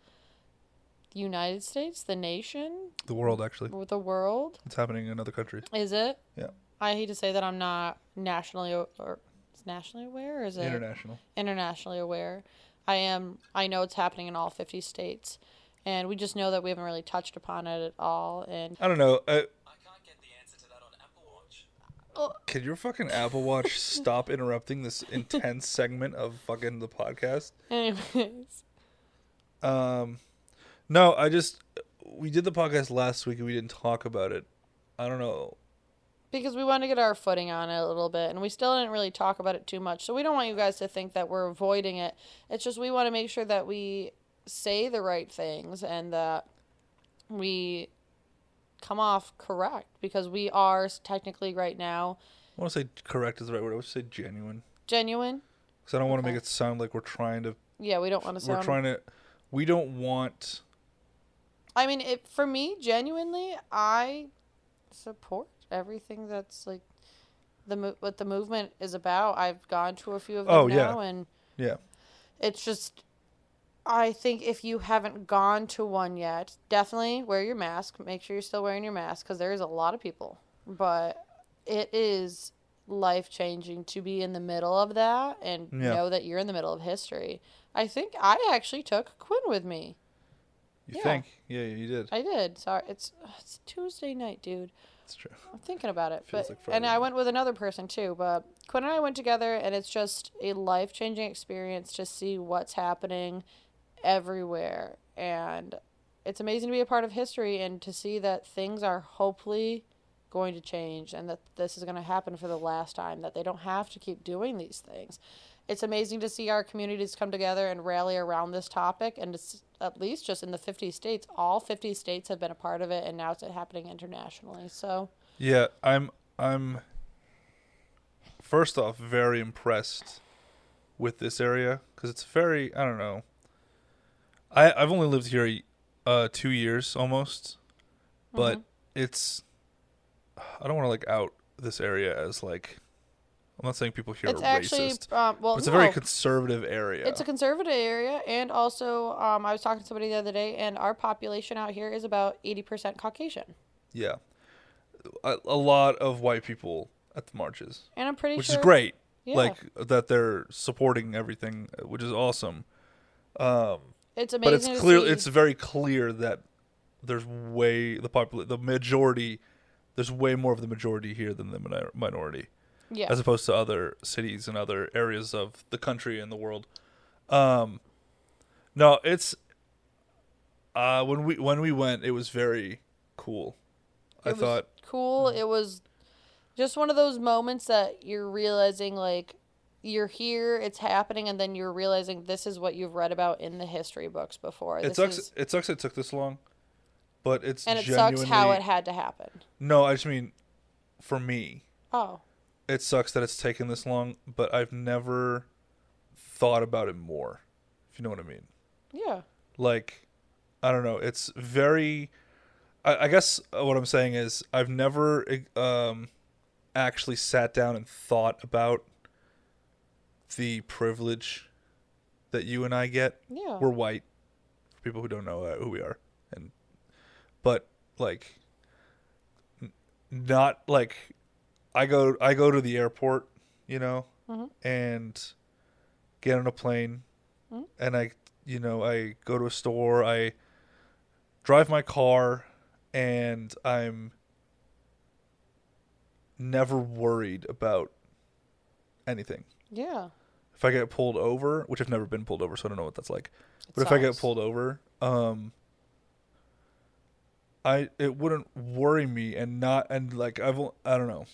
[SPEAKER 2] the United States, the nation,
[SPEAKER 1] The world actually,
[SPEAKER 2] or the world.
[SPEAKER 1] it's happening in other countries.
[SPEAKER 2] Is it?
[SPEAKER 1] Yeah.
[SPEAKER 2] I hate to say that I'm not nationally o- or it's nationally aware. Or is it
[SPEAKER 1] International.
[SPEAKER 2] internationally aware. I am. I know it's happening in all 50 states, and we just know that we haven't really touched upon it at all. And
[SPEAKER 1] I don't know. Uh, I,
[SPEAKER 3] I can't get the answer to that on Apple Watch.
[SPEAKER 1] Can your fucking Apple Watch stop interrupting this intense segment of fucking the podcast?
[SPEAKER 2] Anyways,
[SPEAKER 1] Um, no, I just we did the podcast last week and we didn't talk about it. I don't know.
[SPEAKER 2] because we want to get our footing on it a little bit, and we still didn't really talk about it too much, so we don't want you guys to think that we're avoiding it. It's just we want to make sure that we say the right things and that we come off correct because we are technically right now
[SPEAKER 1] I want to say correct is the right word. I would say genuine
[SPEAKER 2] genuine.
[SPEAKER 1] because I don't want to
[SPEAKER 2] Okay.
[SPEAKER 1] make it sound like we're trying to.
[SPEAKER 2] Yeah, we don't want to sound.
[SPEAKER 1] We're trying to. We don't want.
[SPEAKER 2] I mean, it for me, genuinely, I support everything that's like the mo- what the movement is about. I've gone to a few of them
[SPEAKER 1] Oh, yeah.
[SPEAKER 2] now, and
[SPEAKER 1] Yeah.
[SPEAKER 2] it's just. I think if you haven't gone to one yet, definitely wear your mask. Make sure you're still wearing your mask because there is a lot of people. But it is life changing to be in the middle of that and
[SPEAKER 1] Yeah.
[SPEAKER 2] know that you're in the middle of history. I think I actually took Quinn with me.
[SPEAKER 1] You
[SPEAKER 2] Yeah.
[SPEAKER 1] think? Yeah, you did.
[SPEAKER 2] I did. Sorry, it's it's Tuesday night, dude.
[SPEAKER 1] It's true.
[SPEAKER 2] I'm thinking about it,
[SPEAKER 1] Feels
[SPEAKER 2] but
[SPEAKER 1] like Friday
[SPEAKER 2] and I
[SPEAKER 1] night.
[SPEAKER 2] went with another person too. But Quinn and I went together, and it's just a life changing experience to see what's happening everywhere, and it's amazing to be a part of history and to see that things are hopefully going to change and that this is going to happen for the last time that they don't have to keep doing these things it's amazing to see our communities come together and rally around this topic and it's at least just in the 50 states all 50 states have been a part of it and now it's happening internationally so
[SPEAKER 1] Yeah, I'm I'm first off very impressed with this area cuz it's very, I don't know. I I've only lived here a- uh 2 years almost. But
[SPEAKER 2] Mm-hmm.
[SPEAKER 1] it's I don't want to like out this area as like I'm not saying people here
[SPEAKER 2] it's
[SPEAKER 1] are
[SPEAKER 2] actually
[SPEAKER 1] racist.
[SPEAKER 2] um, well
[SPEAKER 1] but it's a
[SPEAKER 2] no,
[SPEAKER 1] very conservative area.
[SPEAKER 2] it's a conservative area and also um, i was talking to somebody the other day and our population out here is about 80% caucasian
[SPEAKER 1] yeah. A, a lot of white people at the marches,
[SPEAKER 2] and i'm pretty
[SPEAKER 1] which
[SPEAKER 2] sure
[SPEAKER 1] is great.
[SPEAKER 2] Yeah.
[SPEAKER 1] Like that they're supporting everything, uh, which is awesome. Um
[SPEAKER 2] it's
[SPEAKER 1] but
[SPEAKER 2] amazing
[SPEAKER 1] it's
[SPEAKER 2] to
[SPEAKER 1] clear
[SPEAKER 2] see-
[SPEAKER 1] it's very clear that there's way the popul the majority there's way more of the majority here than the minor- minority
[SPEAKER 2] yeah
[SPEAKER 1] as opposed to other cities and other areas of the country and the world um no it's uh when we when we went it was very cool i
[SPEAKER 2] It was
[SPEAKER 1] thought
[SPEAKER 2] cool. It was just one of those moments that you're realizing like you're here, it's happening, and then you're realizing this is what you've read about in the history books before.
[SPEAKER 1] it
[SPEAKER 2] This
[SPEAKER 1] sucks
[SPEAKER 2] is-
[SPEAKER 1] it sucks it took this long but it's
[SPEAKER 2] and it
[SPEAKER 1] genuinely,
[SPEAKER 2] sucks how it had to happen.
[SPEAKER 1] no i just mean for me
[SPEAKER 2] Oh,
[SPEAKER 1] it sucks that it's taken this long, but I've never thought about it more. If you know what I mean.
[SPEAKER 2] yeah.
[SPEAKER 1] Like, I don't know. It's very. I, I guess uh, what I'm saying is I've never um, actually sat down and thought about the privilege that you and I get.
[SPEAKER 2] Yeah.
[SPEAKER 1] We're white. For people who don't know uh, who we are, and but like, n- not like I go I go to the airport, you know,
[SPEAKER 2] Mhm.
[SPEAKER 1] and get on a plane,
[SPEAKER 2] Mhm.
[SPEAKER 1] and I you know I go to a store, I drive my car, and I'm never worried about anything.
[SPEAKER 2] Yeah.
[SPEAKER 1] If I get pulled over, which I've never been pulled over, so I don't know what that's like. But if I get
[SPEAKER 2] sucks.
[SPEAKER 1] pulled over, um I it wouldn't worry me and not and like I've o- I don't know.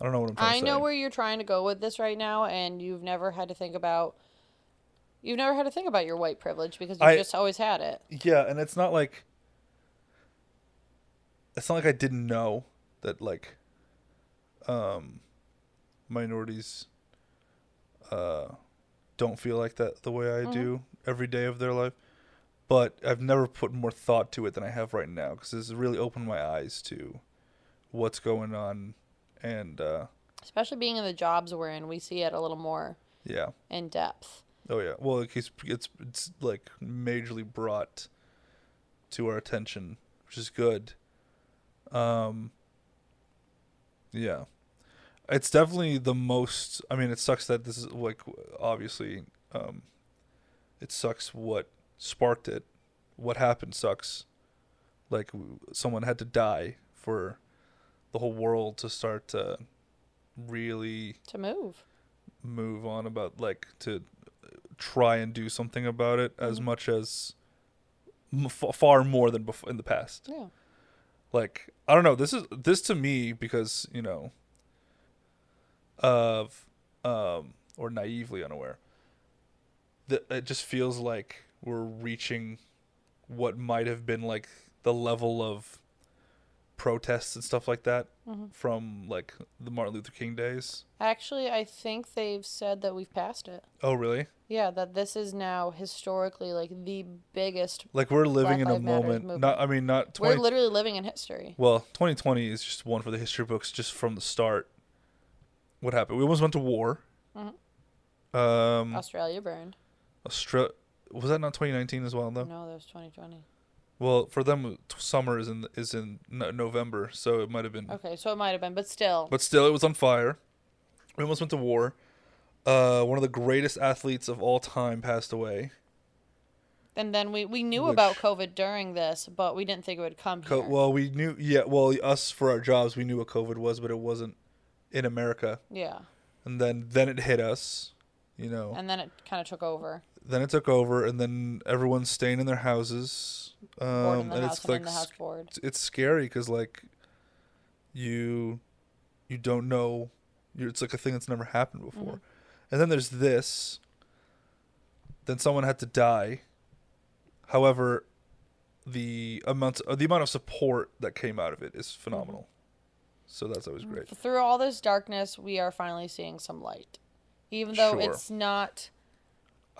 [SPEAKER 1] I don't know what I'm trying
[SPEAKER 2] I
[SPEAKER 1] to
[SPEAKER 2] know
[SPEAKER 1] say.
[SPEAKER 2] where you're trying to go with this right now, and you've never had to think about you've never had to think about your white privilege because you've
[SPEAKER 1] I-
[SPEAKER 2] just always had it.
[SPEAKER 1] yeah, and it's not like it's not like I didn't know that like um minorities uh don't feel like that the way I do every day of their life. But I've never put more thought to it than I have right now because it's really opened my eyes to what's going on, and uh,
[SPEAKER 2] Especially being in the jobs we're in, we see it a little more
[SPEAKER 1] yeah,
[SPEAKER 2] in depth.
[SPEAKER 1] oh yeah. Well, it keeps, it's it's like majorly brought to our attention, which is good. Um, yeah, it's definitely the most. I mean, it sucks that this is like obviously, um, it sucks what sparked it. What happened sucks. Like w- someone had to die for the whole world to start uh, really
[SPEAKER 2] to move.
[SPEAKER 1] move on about like to try and do something about it as much as m- f- far more than before in the past.
[SPEAKER 2] Yeah.
[SPEAKER 1] Like I don't know. This is this to me because you know of um or naively unaware. That it just feels like we're reaching what might have been like the level of protests and stuff like that from like the Martin Luther King days.
[SPEAKER 2] Actually, I think they've said that we've passed it.
[SPEAKER 1] Oh, really?
[SPEAKER 2] Yeah, that this is now historically like the biggest.
[SPEAKER 1] Like we're living
[SPEAKER 2] Black
[SPEAKER 1] in a
[SPEAKER 2] Lives Matters
[SPEAKER 1] moment. Not
[SPEAKER 2] movement.
[SPEAKER 1] I mean not
[SPEAKER 2] We're
[SPEAKER 1] 20
[SPEAKER 2] literally living in history.
[SPEAKER 1] well, 2020 is just one for the history books just from the start. What happened? We almost went to war.
[SPEAKER 2] Mm-hmm.
[SPEAKER 1] Um
[SPEAKER 2] Australia burned.
[SPEAKER 1] Austra- was that not 2019 as well though?
[SPEAKER 2] No, that was 2020.
[SPEAKER 1] Well, for them t- summer is in is in no- November, so it might have been
[SPEAKER 2] Okay, so it might have been, but still.
[SPEAKER 1] But still, it was on fire. We almost went to war. Uh, one of the greatest athletes of all time passed away.
[SPEAKER 2] And then we, we knew
[SPEAKER 1] Which-
[SPEAKER 2] about COVID during this, but we didn't think it would come
[SPEAKER 1] Co-
[SPEAKER 2] here.
[SPEAKER 1] Well, we knew, yeah, well, us for our jobs, we knew what COVID was, but it wasn't in America.
[SPEAKER 2] yeah.
[SPEAKER 1] And then, then it hit us, you know.
[SPEAKER 2] And then it kind of took over.
[SPEAKER 1] then it took over, and then everyone's staying in their houses.
[SPEAKER 2] Board
[SPEAKER 1] Um,
[SPEAKER 2] in the
[SPEAKER 1] and
[SPEAKER 2] house
[SPEAKER 1] it's
[SPEAKER 2] and
[SPEAKER 1] like
[SPEAKER 2] in the
[SPEAKER 1] s-
[SPEAKER 2] house board.
[SPEAKER 1] it's- it's scary because like you you don't know you're, it's like a thing that's never happened before
[SPEAKER 2] Mm-hmm.
[SPEAKER 1] and then there's this then someone had to die however the amount uh, the amount of support that came out of it is phenomenal
[SPEAKER 2] Mm-hmm.
[SPEAKER 1] so that's always great
[SPEAKER 2] Through all this darkness, we are finally seeing some light. Even though
[SPEAKER 1] Sure.
[SPEAKER 2] it's not.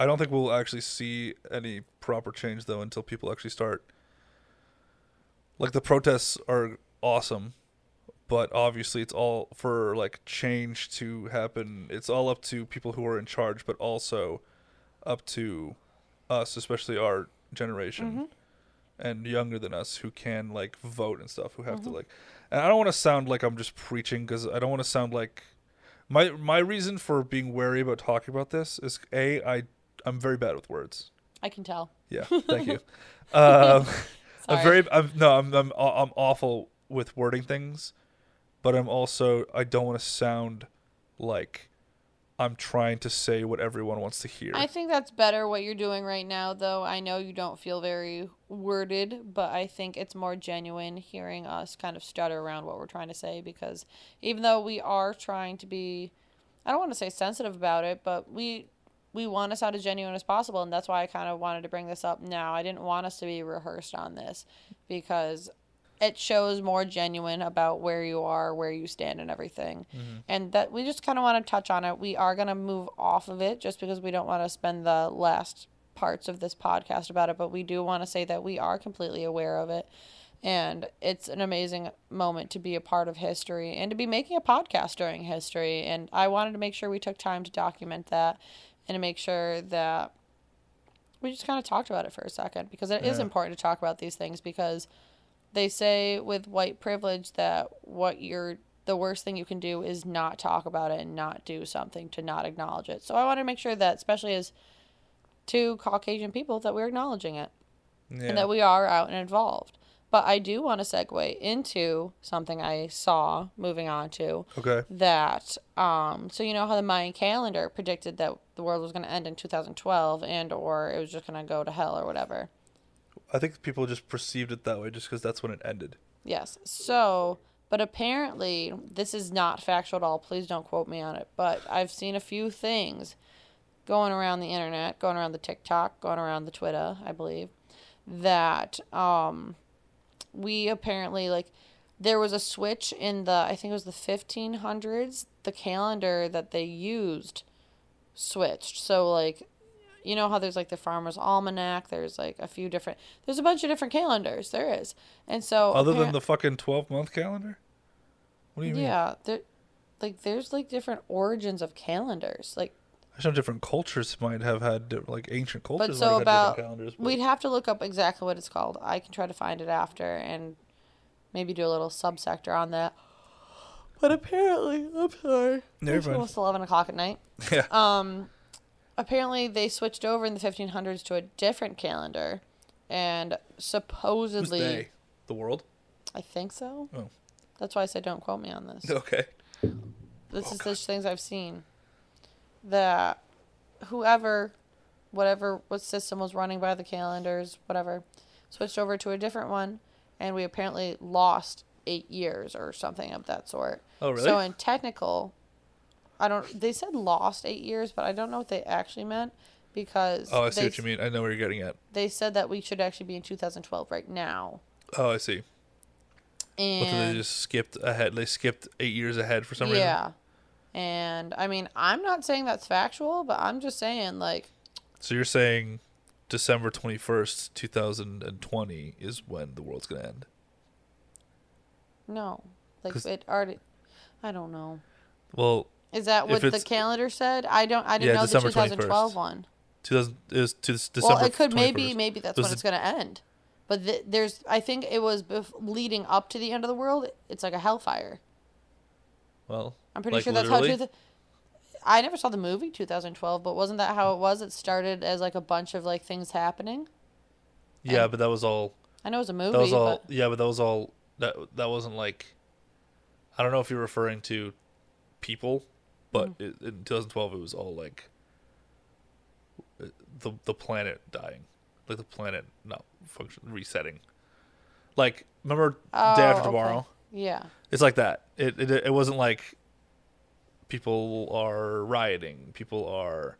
[SPEAKER 1] i don't think we'll actually see any proper change though until people actually start like the protests are awesome but obviously it's all for like change to happen it's all up to people who are in charge but also up to us especially our generation and younger than us who can like vote and stuff who have to like and i don't want to sound like i'm just preaching because i don't want to sound like my my reason for being wary about talking about this is a i i'm very bad with words
[SPEAKER 2] I can tell.
[SPEAKER 1] yeah, thank you. um, I'm
[SPEAKER 2] Sorry.
[SPEAKER 1] very I'm, no, I'm, I'm aw- I'm awful with wording things, but I'm also I don't want to sound like I'm trying to say what everyone wants to hear.
[SPEAKER 2] I think that's better what you're doing right now, though. I know you don't feel very worded, but I think it's more genuine hearing us kind of stutter around what we're trying to say because even though we are trying to be, I don't want to say sensitive about it, but we we want to sound as genuine as possible, and that's why I kind of wanted to bring this up now. I didn't want us to be rehearsed on this because it shows more genuine about where you are, where you stand, and everything. And that we just kind of want to touch on it. We are going to move off of it just because we don't want to spend the last parts of this podcast about it, but we do want to say that we are completely aware of it. And it's an amazing moment to be a part of history and to be making a podcast during history. And I wanted to make sure we took time to document that and to make sure that we just kind of talked about it for a second because it is
[SPEAKER 1] Yeah.
[SPEAKER 2] important to talk about these things because they say with white privilege that what you're the worst thing you can do is not talk about it and not do something to not acknowledge it. So I want to make sure that especially as two Caucasian people that we're acknowledging it
[SPEAKER 1] yeah.
[SPEAKER 2] and that we are out and involved. But I do want to segue into something I saw moving on to
[SPEAKER 1] okay.
[SPEAKER 2] that um so you know how the Mayan calendar predicted that the world was going to end in 2012 and or it was just going to go to hell or whatever.
[SPEAKER 1] I think people just perceived it that way just because that's when it ended.
[SPEAKER 2] Yes. So, but apparently, this is not factual at all. Please don't quote me on it. But I've seen a few things going around the internet, going around the TikTok, going around the Twitter, I believe, that um, we apparently like there was a switch in the I think it was the 1500s. The calendar that they used switched. So like you know how there's like the farmer's almanac, there's like a few different there's a bunch of different calendars. There is. And so
[SPEAKER 1] Other than
[SPEAKER 2] apparent-
[SPEAKER 1] the fucking 12 month calendar? What do you mean?
[SPEAKER 2] yeah, there, like there's like different origins of calendars. Like,
[SPEAKER 1] I know different cultures might have had di- like ancient
[SPEAKER 2] but
[SPEAKER 1] cultures might have had
[SPEAKER 2] so
[SPEAKER 1] different
[SPEAKER 2] about
[SPEAKER 1] calendars. But
[SPEAKER 2] we'd have to look up exactly what it's called. I can try to find it after and maybe do a little subsector on that. But apparently, I'm sorry.
[SPEAKER 1] No, you're
[SPEAKER 2] It's
[SPEAKER 1] fine.
[SPEAKER 2] almost eleven o'clock at night. Um,
[SPEAKER 1] yeah.
[SPEAKER 2] Apparently, they switched over in the 1500s to a different calendar, and
[SPEAKER 1] Who's
[SPEAKER 2] supposedly,
[SPEAKER 1] they? The world?
[SPEAKER 2] I think so.
[SPEAKER 1] Oh.
[SPEAKER 2] That's why I said don't quote me on this.
[SPEAKER 1] Okay.
[SPEAKER 2] This is just things I've seen. That whoever, whatever what system was running by the calendars, whatever, switched over to a different one, and we apparently lost eight years or something of that sort.
[SPEAKER 1] Oh, really?
[SPEAKER 2] So in technical, I don't. They said lost eight years, but I don't know what they actually meant because
[SPEAKER 1] Oh, I see
[SPEAKER 2] they,
[SPEAKER 1] what you mean. I know where you're getting at.
[SPEAKER 2] They said that we should actually be in 2012 right now.
[SPEAKER 1] Oh, I see.
[SPEAKER 2] And
[SPEAKER 1] But then they just skipped ahead. They skipped eight years ahead for some reason.
[SPEAKER 2] Yeah. And I mean, I'm not saying that's factual, but I'm just saying like
[SPEAKER 1] So you're saying December 21st, 2020 is when the world's going to end.
[SPEAKER 2] no. Like
[SPEAKER 1] 'Cause-
[SPEAKER 2] it already I don't know.
[SPEAKER 1] Well,
[SPEAKER 2] Is that what the
[SPEAKER 1] it's-
[SPEAKER 2] calendar said? I don't I didn't
[SPEAKER 1] Yeah,
[SPEAKER 2] know
[SPEAKER 1] December
[SPEAKER 2] the 2012
[SPEAKER 1] 21st.
[SPEAKER 2] one.
[SPEAKER 1] 2000 is to this December.
[SPEAKER 2] well, it could maybe
[SPEAKER 1] 21st.
[SPEAKER 2] maybe that's
[SPEAKER 1] Those
[SPEAKER 2] when
[SPEAKER 1] are-
[SPEAKER 2] it's going to end. But th- there's I think it was bef- leading up to the end of the world. It's like a hellfire.
[SPEAKER 1] Well,
[SPEAKER 2] I'm pretty
[SPEAKER 1] like,
[SPEAKER 2] sure that's
[SPEAKER 1] literally?
[SPEAKER 2] how. Two- I never saw the movie 2012, but wasn't that how it was? It started as like a bunch of like things happening.
[SPEAKER 1] Yeah, but that was all.
[SPEAKER 2] I know it was a movie.
[SPEAKER 1] That was all.
[SPEAKER 2] but...
[SPEAKER 1] Yeah, but that was all. That that wasn't like. I don't know if you're referring to people, but it,
[SPEAKER 2] Mm-hmm.
[SPEAKER 1] in 2012 it was all like. uh, The the planet dying, like the planet not function resetting. Like remember day
[SPEAKER 2] Oh, okay.
[SPEAKER 1] after tomorrow.
[SPEAKER 2] Yeah.
[SPEAKER 1] It's like that. It, it it wasn't like people are rioting. People are.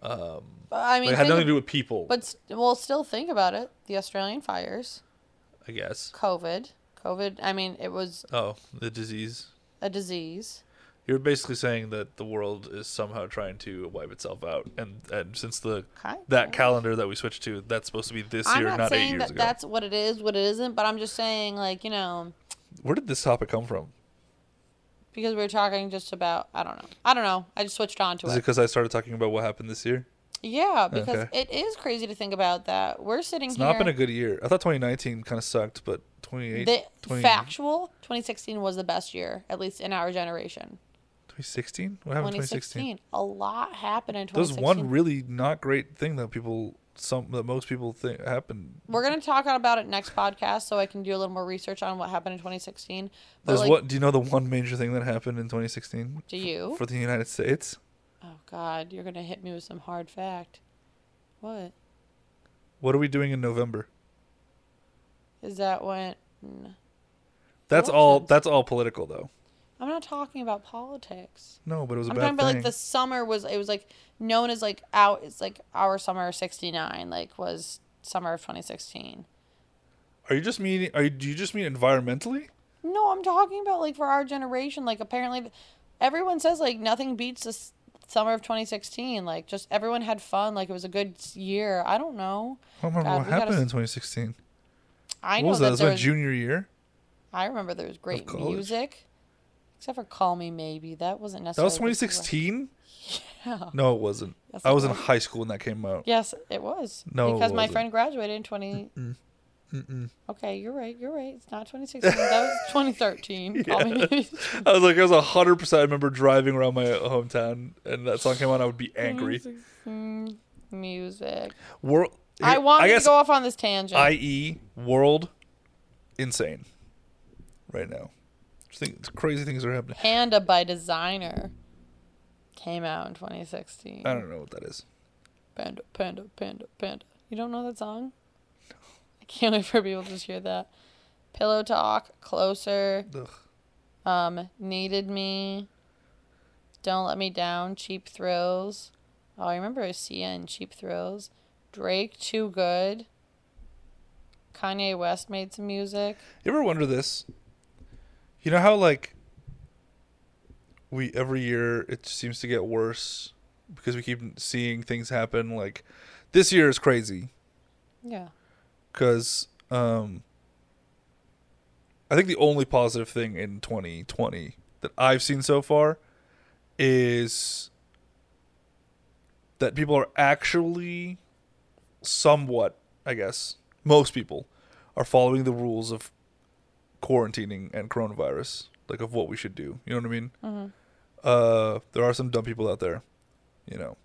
[SPEAKER 2] But, I
[SPEAKER 1] Like,
[SPEAKER 2] mean,
[SPEAKER 1] it had
[SPEAKER 2] think
[SPEAKER 1] nothing
[SPEAKER 2] ab-
[SPEAKER 1] to do with people.
[SPEAKER 2] but s- well, still think about it. The Australian fires,
[SPEAKER 1] I guess.
[SPEAKER 2] COVID, COVID. I mean, it was
[SPEAKER 1] Oh, the disease.
[SPEAKER 2] a disease.
[SPEAKER 1] You're basically saying that the world is somehow trying to wipe itself out, and and since the
[SPEAKER 2] Kind
[SPEAKER 1] that
[SPEAKER 2] of.
[SPEAKER 1] calendar that we switched to, that's supposed to be this
[SPEAKER 2] I'm
[SPEAKER 1] year,
[SPEAKER 2] not,
[SPEAKER 1] not, eight
[SPEAKER 2] saying
[SPEAKER 1] years
[SPEAKER 2] that
[SPEAKER 1] ago.
[SPEAKER 2] that's what it is, what it isn't, but I'm just saying, like you know,
[SPEAKER 1] Where did this topic come from?
[SPEAKER 2] because we were talking just about I don't know, I don't know. I just switched on to
[SPEAKER 1] Is it
[SPEAKER 2] it.
[SPEAKER 1] because I started talking about what happened this year?
[SPEAKER 2] Yeah, because
[SPEAKER 1] Okay.
[SPEAKER 2] it is crazy to think about that. We're sitting
[SPEAKER 1] It's
[SPEAKER 2] here.
[SPEAKER 1] not been a good year. I thought 2019 kind of sucked, but 28,
[SPEAKER 2] the
[SPEAKER 1] 20,
[SPEAKER 2] factual 2016 was the best year, at least in our generation.
[SPEAKER 1] 2016. What happened in 2016?
[SPEAKER 2] 2016, a lot happened in
[SPEAKER 1] There's
[SPEAKER 2] 2016.
[SPEAKER 1] one really not great thing that people some that most people think happened.
[SPEAKER 2] We're gonna talk about it next podcast, so I can do a little more research on what happened in 2016. But
[SPEAKER 1] There's
[SPEAKER 2] like,
[SPEAKER 1] what do you know the one major thing that happened in 2016
[SPEAKER 2] do you?
[SPEAKER 1] for the United States?
[SPEAKER 2] Oh God, you're gonna hit me with some hard fact. What
[SPEAKER 1] What are we doing in November?
[SPEAKER 2] is that? When mm.
[SPEAKER 1] That's all.
[SPEAKER 2] Elections.
[SPEAKER 1] That's all political, though.
[SPEAKER 2] I'm not talking about politics.
[SPEAKER 1] No, but it was a
[SPEAKER 2] I'm
[SPEAKER 1] bad
[SPEAKER 2] talking about
[SPEAKER 1] thing.
[SPEAKER 2] like the summer was. It was like known as like out. It's like our summer of '69. Like was summer of 2016.
[SPEAKER 1] Are you just meaning? Are you, do you just mean environmentally?
[SPEAKER 2] No, I'm talking about like for our generation. Like apparently, th- everyone says like nothing beats the s- summer of 2016. Like just everyone had fun. Like it was a good s- year. I don't know.
[SPEAKER 1] I don't remember
[SPEAKER 2] God,
[SPEAKER 1] what
[SPEAKER 2] we gotta
[SPEAKER 1] happened
[SPEAKER 2] s-
[SPEAKER 1] in 2016.
[SPEAKER 2] I
[SPEAKER 1] What
[SPEAKER 2] know
[SPEAKER 1] was that?
[SPEAKER 2] that
[SPEAKER 1] That's
[SPEAKER 2] there
[SPEAKER 1] my
[SPEAKER 2] was.
[SPEAKER 1] junior year.
[SPEAKER 2] I remember there was great
[SPEAKER 1] college.
[SPEAKER 2] music, except for "Call Me Maybe." That wasn't
[SPEAKER 1] That
[SPEAKER 2] necessarily.
[SPEAKER 1] was
[SPEAKER 2] the correct-
[SPEAKER 1] 2016.
[SPEAKER 2] Yeah.
[SPEAKER 1] No, it wasn't.
[SPEAKER 2] Yes,
[SPEAKER 1] I
[SPEAKER 2] it
[SPEAKER 1] was in
[SPEAKER 2] was.
[SPEAKER 1] high school when that came out.
[SPEAKER 2] Yes, it was.
[SPEAKER 1] No, it
[SPEAKER 2] because my
[SPEAKER 1] wasn't.
[SPEAKER 2] friend graduated in 20 Okay, you're right. You're right. It's not 2016. that was 2013. Call Me Maybe.
[SPEAKER 1] I was like, I was hundred percent. I remember driving around my hometown, and that song came on. I would be angry.
[SPEAKER 2] 2016 Mm, Music.
[SPEAKER 1] World.
[SPEAKER 2] I want
[SPEAKER 1] I
[SPEAKER 2] you to
[SPEAKER 1] guess.
[SPEAKER 2] go off on this tangent.
[SPEAKER 1] I.e. world, insane. Right now, just think crazy things are happening.
[SPEAKER 2] Panda by Designer came out in 2016.
[SPEAKER 1] I don't know what that is.
[SPEAKER 2] Panda, panda, panda, panda. You don't know that song? I can't wait for people to just hear that. Pillow Talk, Closer,
[SPEAKER 1] Ugh.
[SPEAKER 2] um, Needed Me, Don't Let Me Down, Cheap Thrills. Oh, I remember it was Sia and Cheap Thrills. Drake, Too Good. Kanye West made some music.
[SPEAKER 1] You ever wonder this? You know how like we every year it seems to get worse because we keep seeing things happen. Like this year is crazy
[SPEAKER 2] Yeah.
[SPEAKER 1] because um, I think the only positive thing in 2020 that I've seen so far is that people are actually somewhat, I guess, most people are following the rules of quarantining and coronavirus, like of what we should do. You know what I mean? Uh, there are some dumb people out there, you know.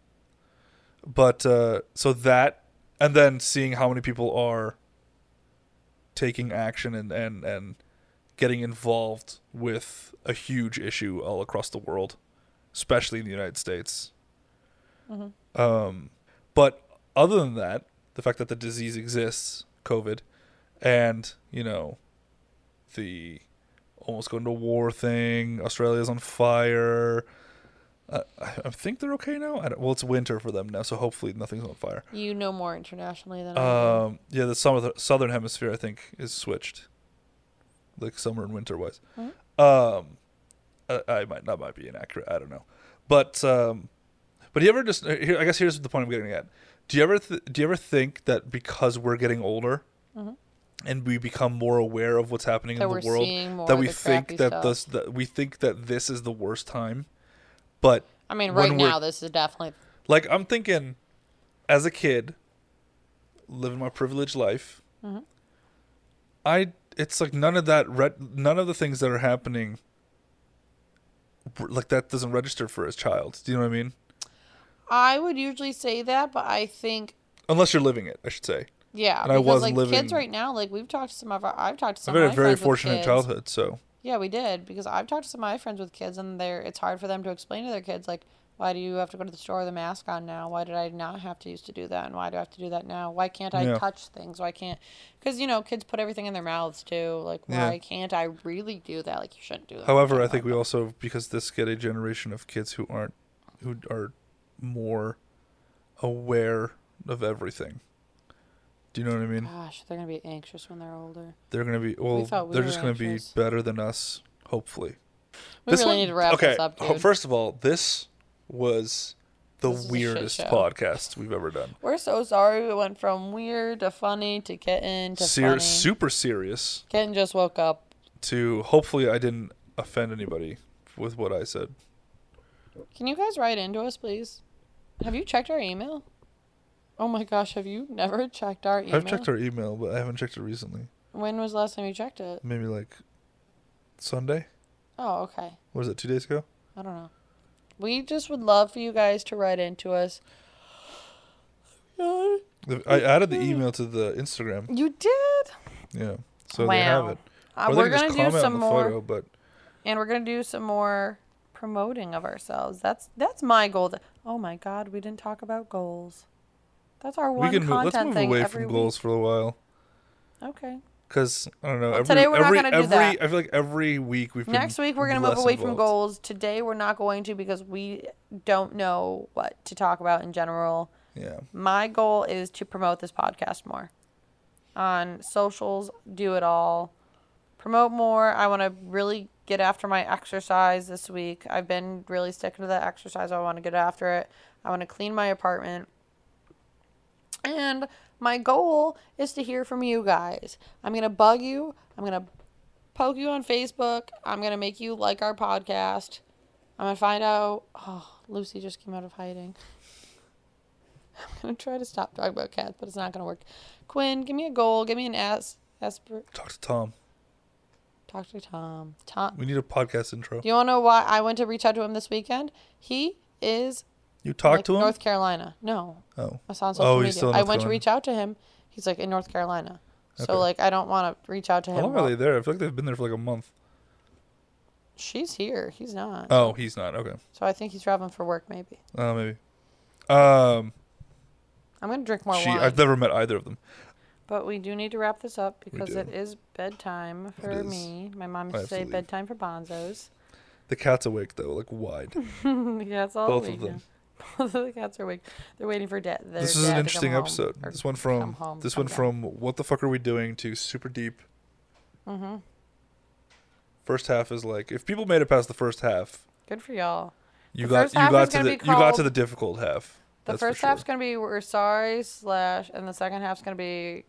[SPEAKER 1] But uh, so that, and then seeing how many people are taking action and and and getting involved with a huge issue all across the world, especially in the United States. Um, but other than that, the fact that the disease exists, COVID, and you know, the almost going to war thing, Australia's on fire. Uh, I I think they're okay now. I don't, well, it's winter for them now, so hopefully nothing's on fire.
[SPEAKER 2] You know more internationally than I
[SPEAKER 1] Um, yeah, the summer, southern hemisphere, I think, is switched, like summer and winter wise.
[SPEAKER 2] Mhm.
[SPEAKER 1] Um, I, I might that might be inaccurate. I don't know, but um, but do you ever just uh, here? I guess here's the point I'm getting at. Do you ever th- do you ever think that because we're getting older,
[SPEAKER 2] Mhm.
[SPEAKER 1] and we become more aware of what's happening
[SPEAKER 2] do. That
[SPEAKER 1] in
[SPEAKER 2] we're
[SPEAKER 1] the world,
[SPEAKER 2] seeing more
[SPEAKER 1] that
[SPEAKER 2] of
[SPEAKER 1] we
[SPEAKER 2] the
[SPEAKER 1] think
[SPEAKER 2] crappy
[SPEAKER 1] that
[SPEAKER 2] stuff.
[SPEAKER 1] this that we think that this is the worst time, but
[SPEAKER 2] I mean,
[SPEAKER 1] when
[SPEAKER 2] right
[SPEAKER 1] we're-
[SPEAKER 2] now this is definitely
[SPEAKER 1] like I'm thinking, as a kid, living my privileged life,
[SPEAKER 2] Mhm.
[SPEAKER 1] I it's like none of that re- none of the things that are happening, like that doesn't register for as child. Do you know what I mean?
[SPEAKER 2] I would usually say that, but I think
[SPEAKER 1] Unless you're living it, I should say.
[SPEAKER 2] yeah,
[SPEAKER 1] And I
[SPEAKER 2] because
[SPEAKER 1] wasn't
[SPEAKER 2] like kids
[SPEAKER 1] living-
[SPEAKER 2] right now, like we've talked to some of our I've talked to
[SPEAKER 1] I've
[SPEAKER 2] some of
[SPEAKER 1] had a
[SPEAKER 2] my
[SPEAKER 1] very
[SPEAKER 2] friends with
[SPEAKER 1] fortunate
[SPEAKER 2] kids.
[SPEAKER 1] childhood, so
[SPEAKER 2] Yeah, we did because I've talked to some of my friends with kids, and they're it's hard for them to explain to their kids like, why do you have to go to the store with a mask on now? Why did I not have to used to do that? And why do I have to do that now? Why can't I
[SPEAKER 1] Yeah.
[SPEAKER 2] touch things? Why can't? Because you know, kids put everything in their mouths too. Like,
[SPEAKER 1] Yeah.
[SPEAKER 2] why can't I really do that? Like, you shouldn't do that.
[SPEAKER 1] However, I
[SPEAKER 2] Like,
[SPEAKER 1] think we also because this get a generation of kids who aren't who are more aware of everything. Do you know what I mean?
[SPEAKER 2] Gosh, they're gonna be anxious when they're older.
[SPEAKER 1] They're gonna be well.
[SPEAKER 2] thought we
[SPEAKER 1] they're
[SPEAKER 2] were
[SPEAKER 1] just gonna be
[SPEAKER 2] anxious.
[SPEAKER 1] better than us, hopefully.
[SPEAKER 2] We really need to wrap this up,
[SPEAKER 1] ho-
[SPEAKER 2] dude.
[SPEAKER 1] First of all, this was the
[SPEAKER 2] This is a shit
[SPEAKER 1] weirdest
[SPEAKER 2] show.
[SPEAKER 1] podcast we've ever done.
[SPEAKER 2] We're so sorry. We went from weird to funny to kitten to
[SPEAKER 1] Ser-
[SPEAKER 2] funny.
[SPEAKER 1] super serious.
[SPEAKER 2] kitten just woke up.
[SPEAKER 1] To hopefully, I didn't offend anybody with what I said.
[SPEAKER 2] Can you guys write into us, please? Have you checked our email? Oh my gosh, have you never checked our email?
[SPEAKER 1] I've checked our email, but I haven't checked it recently.
[SPEAKER 2] When was the last time you checked it?
[SPEAKER 1] Maybe like Sunday.
[SPEAKER 2] Oh, okay.
[SPEAKER 1] What was it? Two days ago.
[SPEAKER 2] I don't know. We just would love for you guys to write into us. You
[SPEAKER 1] The- I added the email to the Instagram.
[SPEAKER 2] did.
[SPEAKER 1] Yeah, so they have it.
[SPEAKER 2] Uh,
[SPEAKER 1] Or they
[SPEAKER 2] we're
[SPEAKER 1] can just
[SPEAKER 2] gonna do
[SPEAKER 1] comment on
[SPEAKER 2] some
[SPEAKER 1] the
[SPEAKER 2] more,
[SPEAKER 1] photo, but
[SPEAKER 2] and we're gonna do some more promoting of ourselves. That's that's my goal. Th- Oh my God, we didn't talk about goals. That's our
[SPEAKER 1] we
[SPEAKER 2] one
[SPEAKER 1] can move,
[SPEAKER 2] content
[SPEAKER 1] let's move
[SPEAKER 2] thing
[SPEAKER 1] away from
[SPEAKER 2] every week.
[SPEAKER 1] goals for a while.
[SPEAKER 2] Okay.
[SPEAKER 1] Because I don't know. every,
[SPEAKER 2] today we're not
[SPEAKER 1] every,
[SPEAKER 2] gonna do
[SPEAKER 1] every,
[SPEAKER 2] that.
[SPEAKER 1] I feel like every week we've been
[SPEAKER 2] Next week we're gonna move
[SPEAKER 1] less
[SPEAKER 2] away from
[SPEAKER 1] involved.
[SPEAKER 2] goals. Today we're not going to because we don't know what to talk about in general.
[SPEAKER 1] Yeah,
[SPEAKER 2] My goal is to promote this podcast more on socials, do it all, promote more. I want to really get after my exercise this week. I've been really sticking to that exercise. I want to get after it. I want to clean my apartment. And my goal is to hear from you guys. I'm going to bug you. I'm going to poke you on Facebook. I'm going to make you like our podcast. I'm going to find out. Oh, Lucy just came out of hiding. I'm going to try to stop talking about cats, but it's not going to work. Quinn, give me a goal. Give me an ass. Asper-
[SPEAKER 1] talk to Tom.
[SPEAKER 2] talk to Tom. Tom.
[SPEAKER 1] We need a podcast intro.
[SPEAKER 2] Do you want to know why I went to reach out to him this weekend? He is
[SPEAKER 1] You talk
[SPEAKER 2] like,
[SPEAKER 1] to him.
[SPEAKER 2] North Carolina. No,
[SPEAKER 1] oh,
[SPEAKER 2] I saw on social
[SPEAKER 1] Oh, he's
[SPEAKER 2] media.
[SPEAKER 1] still in
[SPEAKER 2] I
[SPEAKER 1] North
[SPEAKER 2] went to
[SPEAKER 1] Carolina.
[SPEAKER 2] reach out to him. He's like in North Carolina.
[SPEAKER 1] Okay.
[SPEAKER 2] So like I don't want to reach out to
[SPEAKER 1] how
[SPEAKER 2] him.
[SPEAKER 1] long are they there? I feel like they've been there for like a month.
[SPEAKER 2] She's here. He's not.
[SPEAKER 1] Oh, he's not. Okay.
[SPEAKER 2] So I think he's traveling for work maybe.
[SPEAKER 1] Oh, maybe. Um,
[SPEAKER 2] I'm gonna drink more
[SPEAKER 1] she.
[SPEAKER 2] wine.
[SPEAKER 1] I've never met either of them.
[SPEAKER 2] But we do need to wrap this up because
[SPEAKER 1] do.
[SPEAKER 2] it is bedtime for
[SPEAKER 1] is.
[SPEAKER 2] me. My mom
[SPEAKER 1] I
[SPEAKER 2] used to
[SPEAKER 1] have to
[SPEAKER 2] say
[SPEAKER 1] leave.
[SPEAKER 2] bedtime for bonzos.
[SPEAKER 1] The cat's awake though, like wide.
[SPEAKER 2] the cats all
[SPEAKER 1] Both of
[SPEAKER 2] awake
[SPEAKER 1] them.
[SPEAKER 2] now. Both of the cats are awake. They're waiting for dad. their
[SPEAKER 1] this is
[SPEAKER 2] dad
[SPEAKER 1] an
[SPEAKER 2] to
[SPEAKER 1] interesting
[SPEAKER 2] come home
[SPEAKER 1] episode.
[SPEAKER 2] or
[SPEAKER 1] This one
[SPEAKER 2] come
[SPEAKER 1] from
[SPEAKER 2] home,
[SPEAKER 1] this
[SPEAKER 2] come
[SPEAKER 1] one
[SPEAKER 2] down.
[SPEAKER 1] from what the fuck are we doing to super deep. Mm-hmm. First half is like if people made it past the first half,
[SPEAKER 2] Good for y'all.
[SPEAKER 1] you
[SPEAKER 2] The
[SPEAKER 1] got
[SPEAKER 2] first
[SPEAKER 1] you
[SPEAKER 2] half is
[SPEAKER 1] got to
[SPEAKER 2] gonna
[SPEAKER 1] the
[SPEAKER 2] be
[SPEAKER 1] you got to
[SPEAKER 2] called-
[SPEAKER 1] the difficult half.
[SPEAKER 2] The
[SPEAKER 1] That's for
[SPEAKER 2] first
[SPEAKER 1] sure.
[SPEAKER 2] half's gonna be we're sorry slash, and the second half's gonna be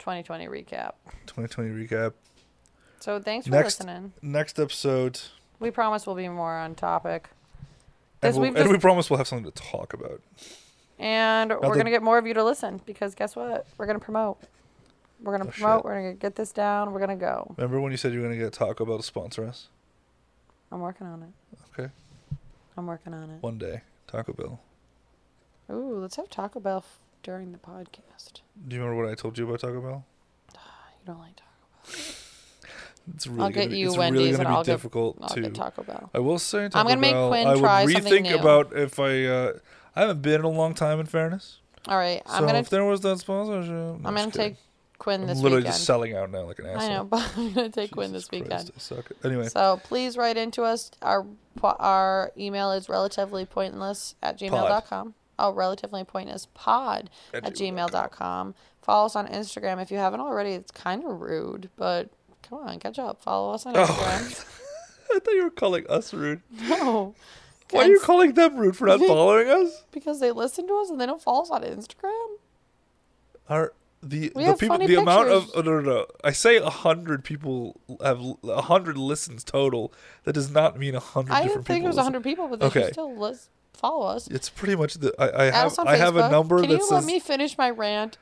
[SPEAKER 2] 2020 recap.
[SPEAKER 1] 2020 recap.
[SPEAKER 2] So thanks for
[SPEAKER 1] Next-
[SPEAKER 2] listening.
[SPEAKER 1] Next episode.
[SPEAKER 2] We promise we'll be more on topic.
[SPEAKER 1] And,
[SPEAKER 2] 'Cause
[SPEAKER 1] we'll-
[SPEAKER 2] we've
[SPEAKER 1] and
[SPEAKER 2] just-
[SPEAKER 1] we promise we'll have something to talk about.
[SPEAKER 2] And we're
[SPEAKER 1] the-
[SPEAKER 2] gonna get more of you to listen because guess what? We're gonna promote. We're gonna
[SPEAKER 1] Oh,
[SPEAKER 2] promote.
[SPEAKER 1] shit.
[SPEAKER 2] We're gonna get this down. We're gonna go.
[SPEAKER 1] Remember when you said you were going to get Taco Bell to sponsor us?
[SPEAKER 2] I'm working on it.
[SPEAKER 1] Okay.
[SPEAKER 2] I'm working on it.
[SPEAKER 1] One day, Taco Bell.
[SPEAKER 2] Ooh, let's have Taco Bell f- during the podcast.
[SPEAKER 1] Do you remember what I told you about Taco Bell?
[SPEAKER 2] You don't like Taco.
[SPEAKER 1] It's really
[SPEAKER 2] I'll get
[SPEAKER 1] gonna be,
[SPEAKER 2] you
[SPEAKER 1] it's
[SPEAKER 2] Wendy's
[SPEAKER 1] really gonna
[SPEAKER 2] and
[SPEAKER 1] be
[SPEAKER 2] I'll get-
[SPEAKER 1] difficult
[SPEAKER 2] I'll
[SPEAKER 1] to.
[SPEAKER 2] get Taco Bell.
[SPEAKER 1] I will say Taco
[SPEAKER 2] I'm gonna make
[SPEAKER 1] Bell,
[SPEAKER 2] Quinn
[SPEAKER 1] I would
[SPEAKER 2] try
[SPEAKER 1] rethink
[SPEAKER 2] something new.
[SPEAKER 1] about if I uh, I haven't been in a long time. In fairness,
[SPEAKER 2] All right, I'm
[SPEAKER 1] so
[SPEAKER 2] gonna
[SPEAKER 1] if there was that sponsorship, no, just
[SPEAKER 2] I'm gonna
[SPEAKER 1] kidding.
[SPEAKER 2] take Quinn
[SPEAKER 1] I'm
[SPEAKER 2] this
[SPEAKER 1] literally
[SPEAKER 2] weekend.
[SPEAKER 1] just selling out now like an asshole.
[SPEAKER 2] I know, but I'm gonna take Quinn
[SPEAKER 1] Jesus
[SPEAKER 2] this weekend.
[SPEAKER 1] Christ, I suck. Anyway,
[SPEAKER 2] So please write into us. Our po- our email is relatively pointless at gmail.com. Oh, relatively pointless pod
[SPEAKER 1] At
[SPEAKER 2] at, gmail.com. Follow us on Instagram if you haven't already. It's kind of rude, but come on, catch up. Follow us on
[SPEAKER 1] oh,
[SPEAKER 2] Instagram.
[SPEAKER 1] I thought you were calling us rude.
[SPEAKER 2] no.
[SPEAKER 1] Why are you calling them rude for not following us?
[SPEAKER 2] because they listen to us and they don't follow us on Instagram.
[SPEAKER 1] Are the
[SPEAKER 2] We
[SPEAKER 1] the
[SPEAKER 2] have
[SPEAKER 1] people the
[SPEAKER 2] funny
[SPEAKER 1] amount of
[SPEAKER 2] pictures.
[SPEAKER 1] oh, no no no I say a hundred people have a hundred listens total. That does not mean a hundred.
[SPEAKER 2] I didn't
[SPEAKER 1] different
[SPEAKER 2] think it
[SPEAKER 1] people
[SPEAKER 2] was
[SPEAKER 1] listen.
[SPEAKER 2] 100 people, but they
[SPEAKER 1] Okay.
[SPEAKER 2] should still lis- follow us.
[SPEAKER 1] It's pretty much the I, I
[SPEAKER 2] Add
[SPEAKER 1] have
[SPEAKER 2] us on
[SPEAKER 1] I have a
[SPEAKER 2] Facebook.
[SPEAKER 1] number
[SPEAKER 2] Can
[SPEAKER 1] that
[SPEAKER 2] you
[SPEAKER 1] says
[SPEAKER 2] let me finish my rant?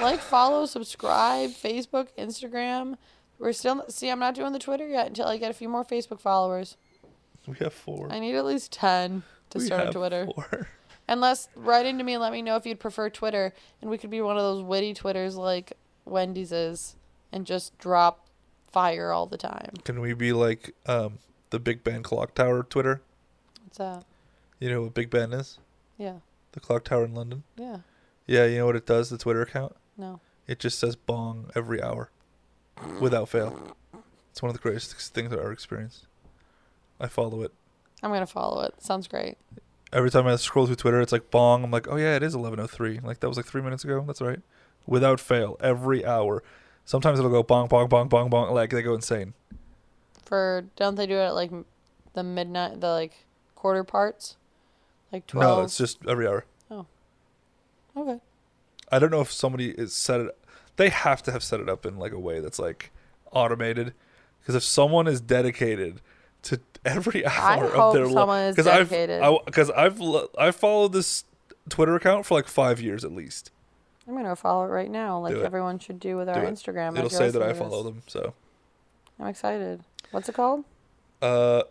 [SPEAKER 2] Like, follow, subscribe, Facebook, Instagram. We're still see. I'm not doing the Twitter yet until I get a few more Facebook followers.
[SPEAKER 1] we have four.
[SPEAKER 2] I need at least ten to
[SPEAKER 1] we
[SPEAKER 2] start
[SPEAKER 1] have
[SPEAKER 2] on Twitter.
[SPEAKER 1] Four.
[SPEAKER 2] Unless write into me and let me know if you'd prefer Twitter, and we could be one of those witty Twitters like Wendy's is, and just drop fire all the time.
[SPEAKER 1] Can we be like um the Big Ben clock tower Twitter?
[SPEAKER 2] What's that?
[SPEAKER 1] You know what Big Ben is?
[SPEAKER 2] Yeah,
[SPEAKER 1] The clock tower in London.
[SPEAKER 2] yeah.
[SPEAKER 1] Yeah, you know what it does? The Twitter account.
[SPEAKER 2] No,
[SPEAKER 1] It just says bong every hour, without fail. It's one of the greatest things I've ever experienced. I follow it.
[SPEAKER 2] I'm gonna follow it. Sounds great.
[SPEAKER 1] every time I scroll through Twitter, it's like bong. I'm like, oh yeah, it is 11:03. Like that was like three minutes ago. That's right. Without fail, every hour. Sometimes it'll go bong, bong, bong, bong, bong. Like they go insane.
[SPEAKER 2] for don't they do it at like m- the midnight the like quarter parts like
[SPEAKER 1] No,
[SPEAKER 2] 12
[SPEAKER 1] it's just every hour.
[SPEAKER 2] okay
[SPEAKER 1] I don't know if somebody is set it. They have to have set it up in like a way that's like automated, because if someone is dedicated to every hour of
[SPEAKER 2] hope
[SPEAKER 1] their
[SPEAKER 2] someone is
[SPEAKER 1] I've
[SPEAKER 2] dedicated.
[SPEAKER 1] because I've lo- I followed this Twitter account for like five years at least.
[SPEAKER 2] i'm gonna follow it right now like
[SPEAKER 1] Do it.
[SPEAKER 2] everyone should do with our
[SPEAKER 1] Do it.
[SPEAKER 2] instagram as
[SPEAKER 1] It'll
[SPEAKER 2] you're
[SPEAKER 1] say that
[SPEAKER 2] listening
[SPEAKER 1] I
[SPEAKER 2] to this.
[SPEAKER 1] follow them. So.
[SPEAKER 2] i'm excited what's it called
[SPEAKER 1] Uh,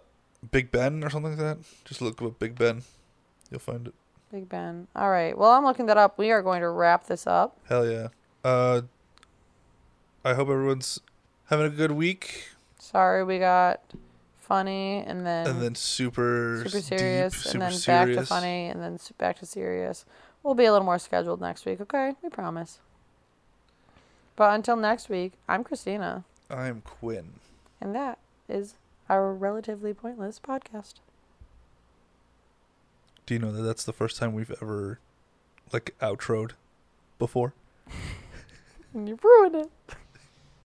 [SPEAKER 1] Big Ben or something like that. Just look up Big Ben. You'll find it.
[SPEAKER 2] big ben all right well i'm looking that up we are going to wrap this up
[SPEAKER 1] Hell yeah. Uh, I hope everyone's having a good week
[SPEAKER 2] sorry we got funny and then,
[SPEAKER 1] and then super
[SPEAKER 2] super
[SPEAKER 1] deep,
[SPEAKER 2] serious
[SPEAKER 1] super
[SPEAKER 2] and then back to
[SPEAKER 1] serious.
[SPEAKER 2] funny and then s- back to serious we'll be a little more scheduled next week okay we promise but until next week i'm christina
[SPEAKER 1] I'm Quinn.
[SPEAKER 2] And that is our relatively pointless podcast.
[SPEAKER 1] Do you know that that's the first time we've ever like outroed before?
[SPEAKER 2] You ruined it.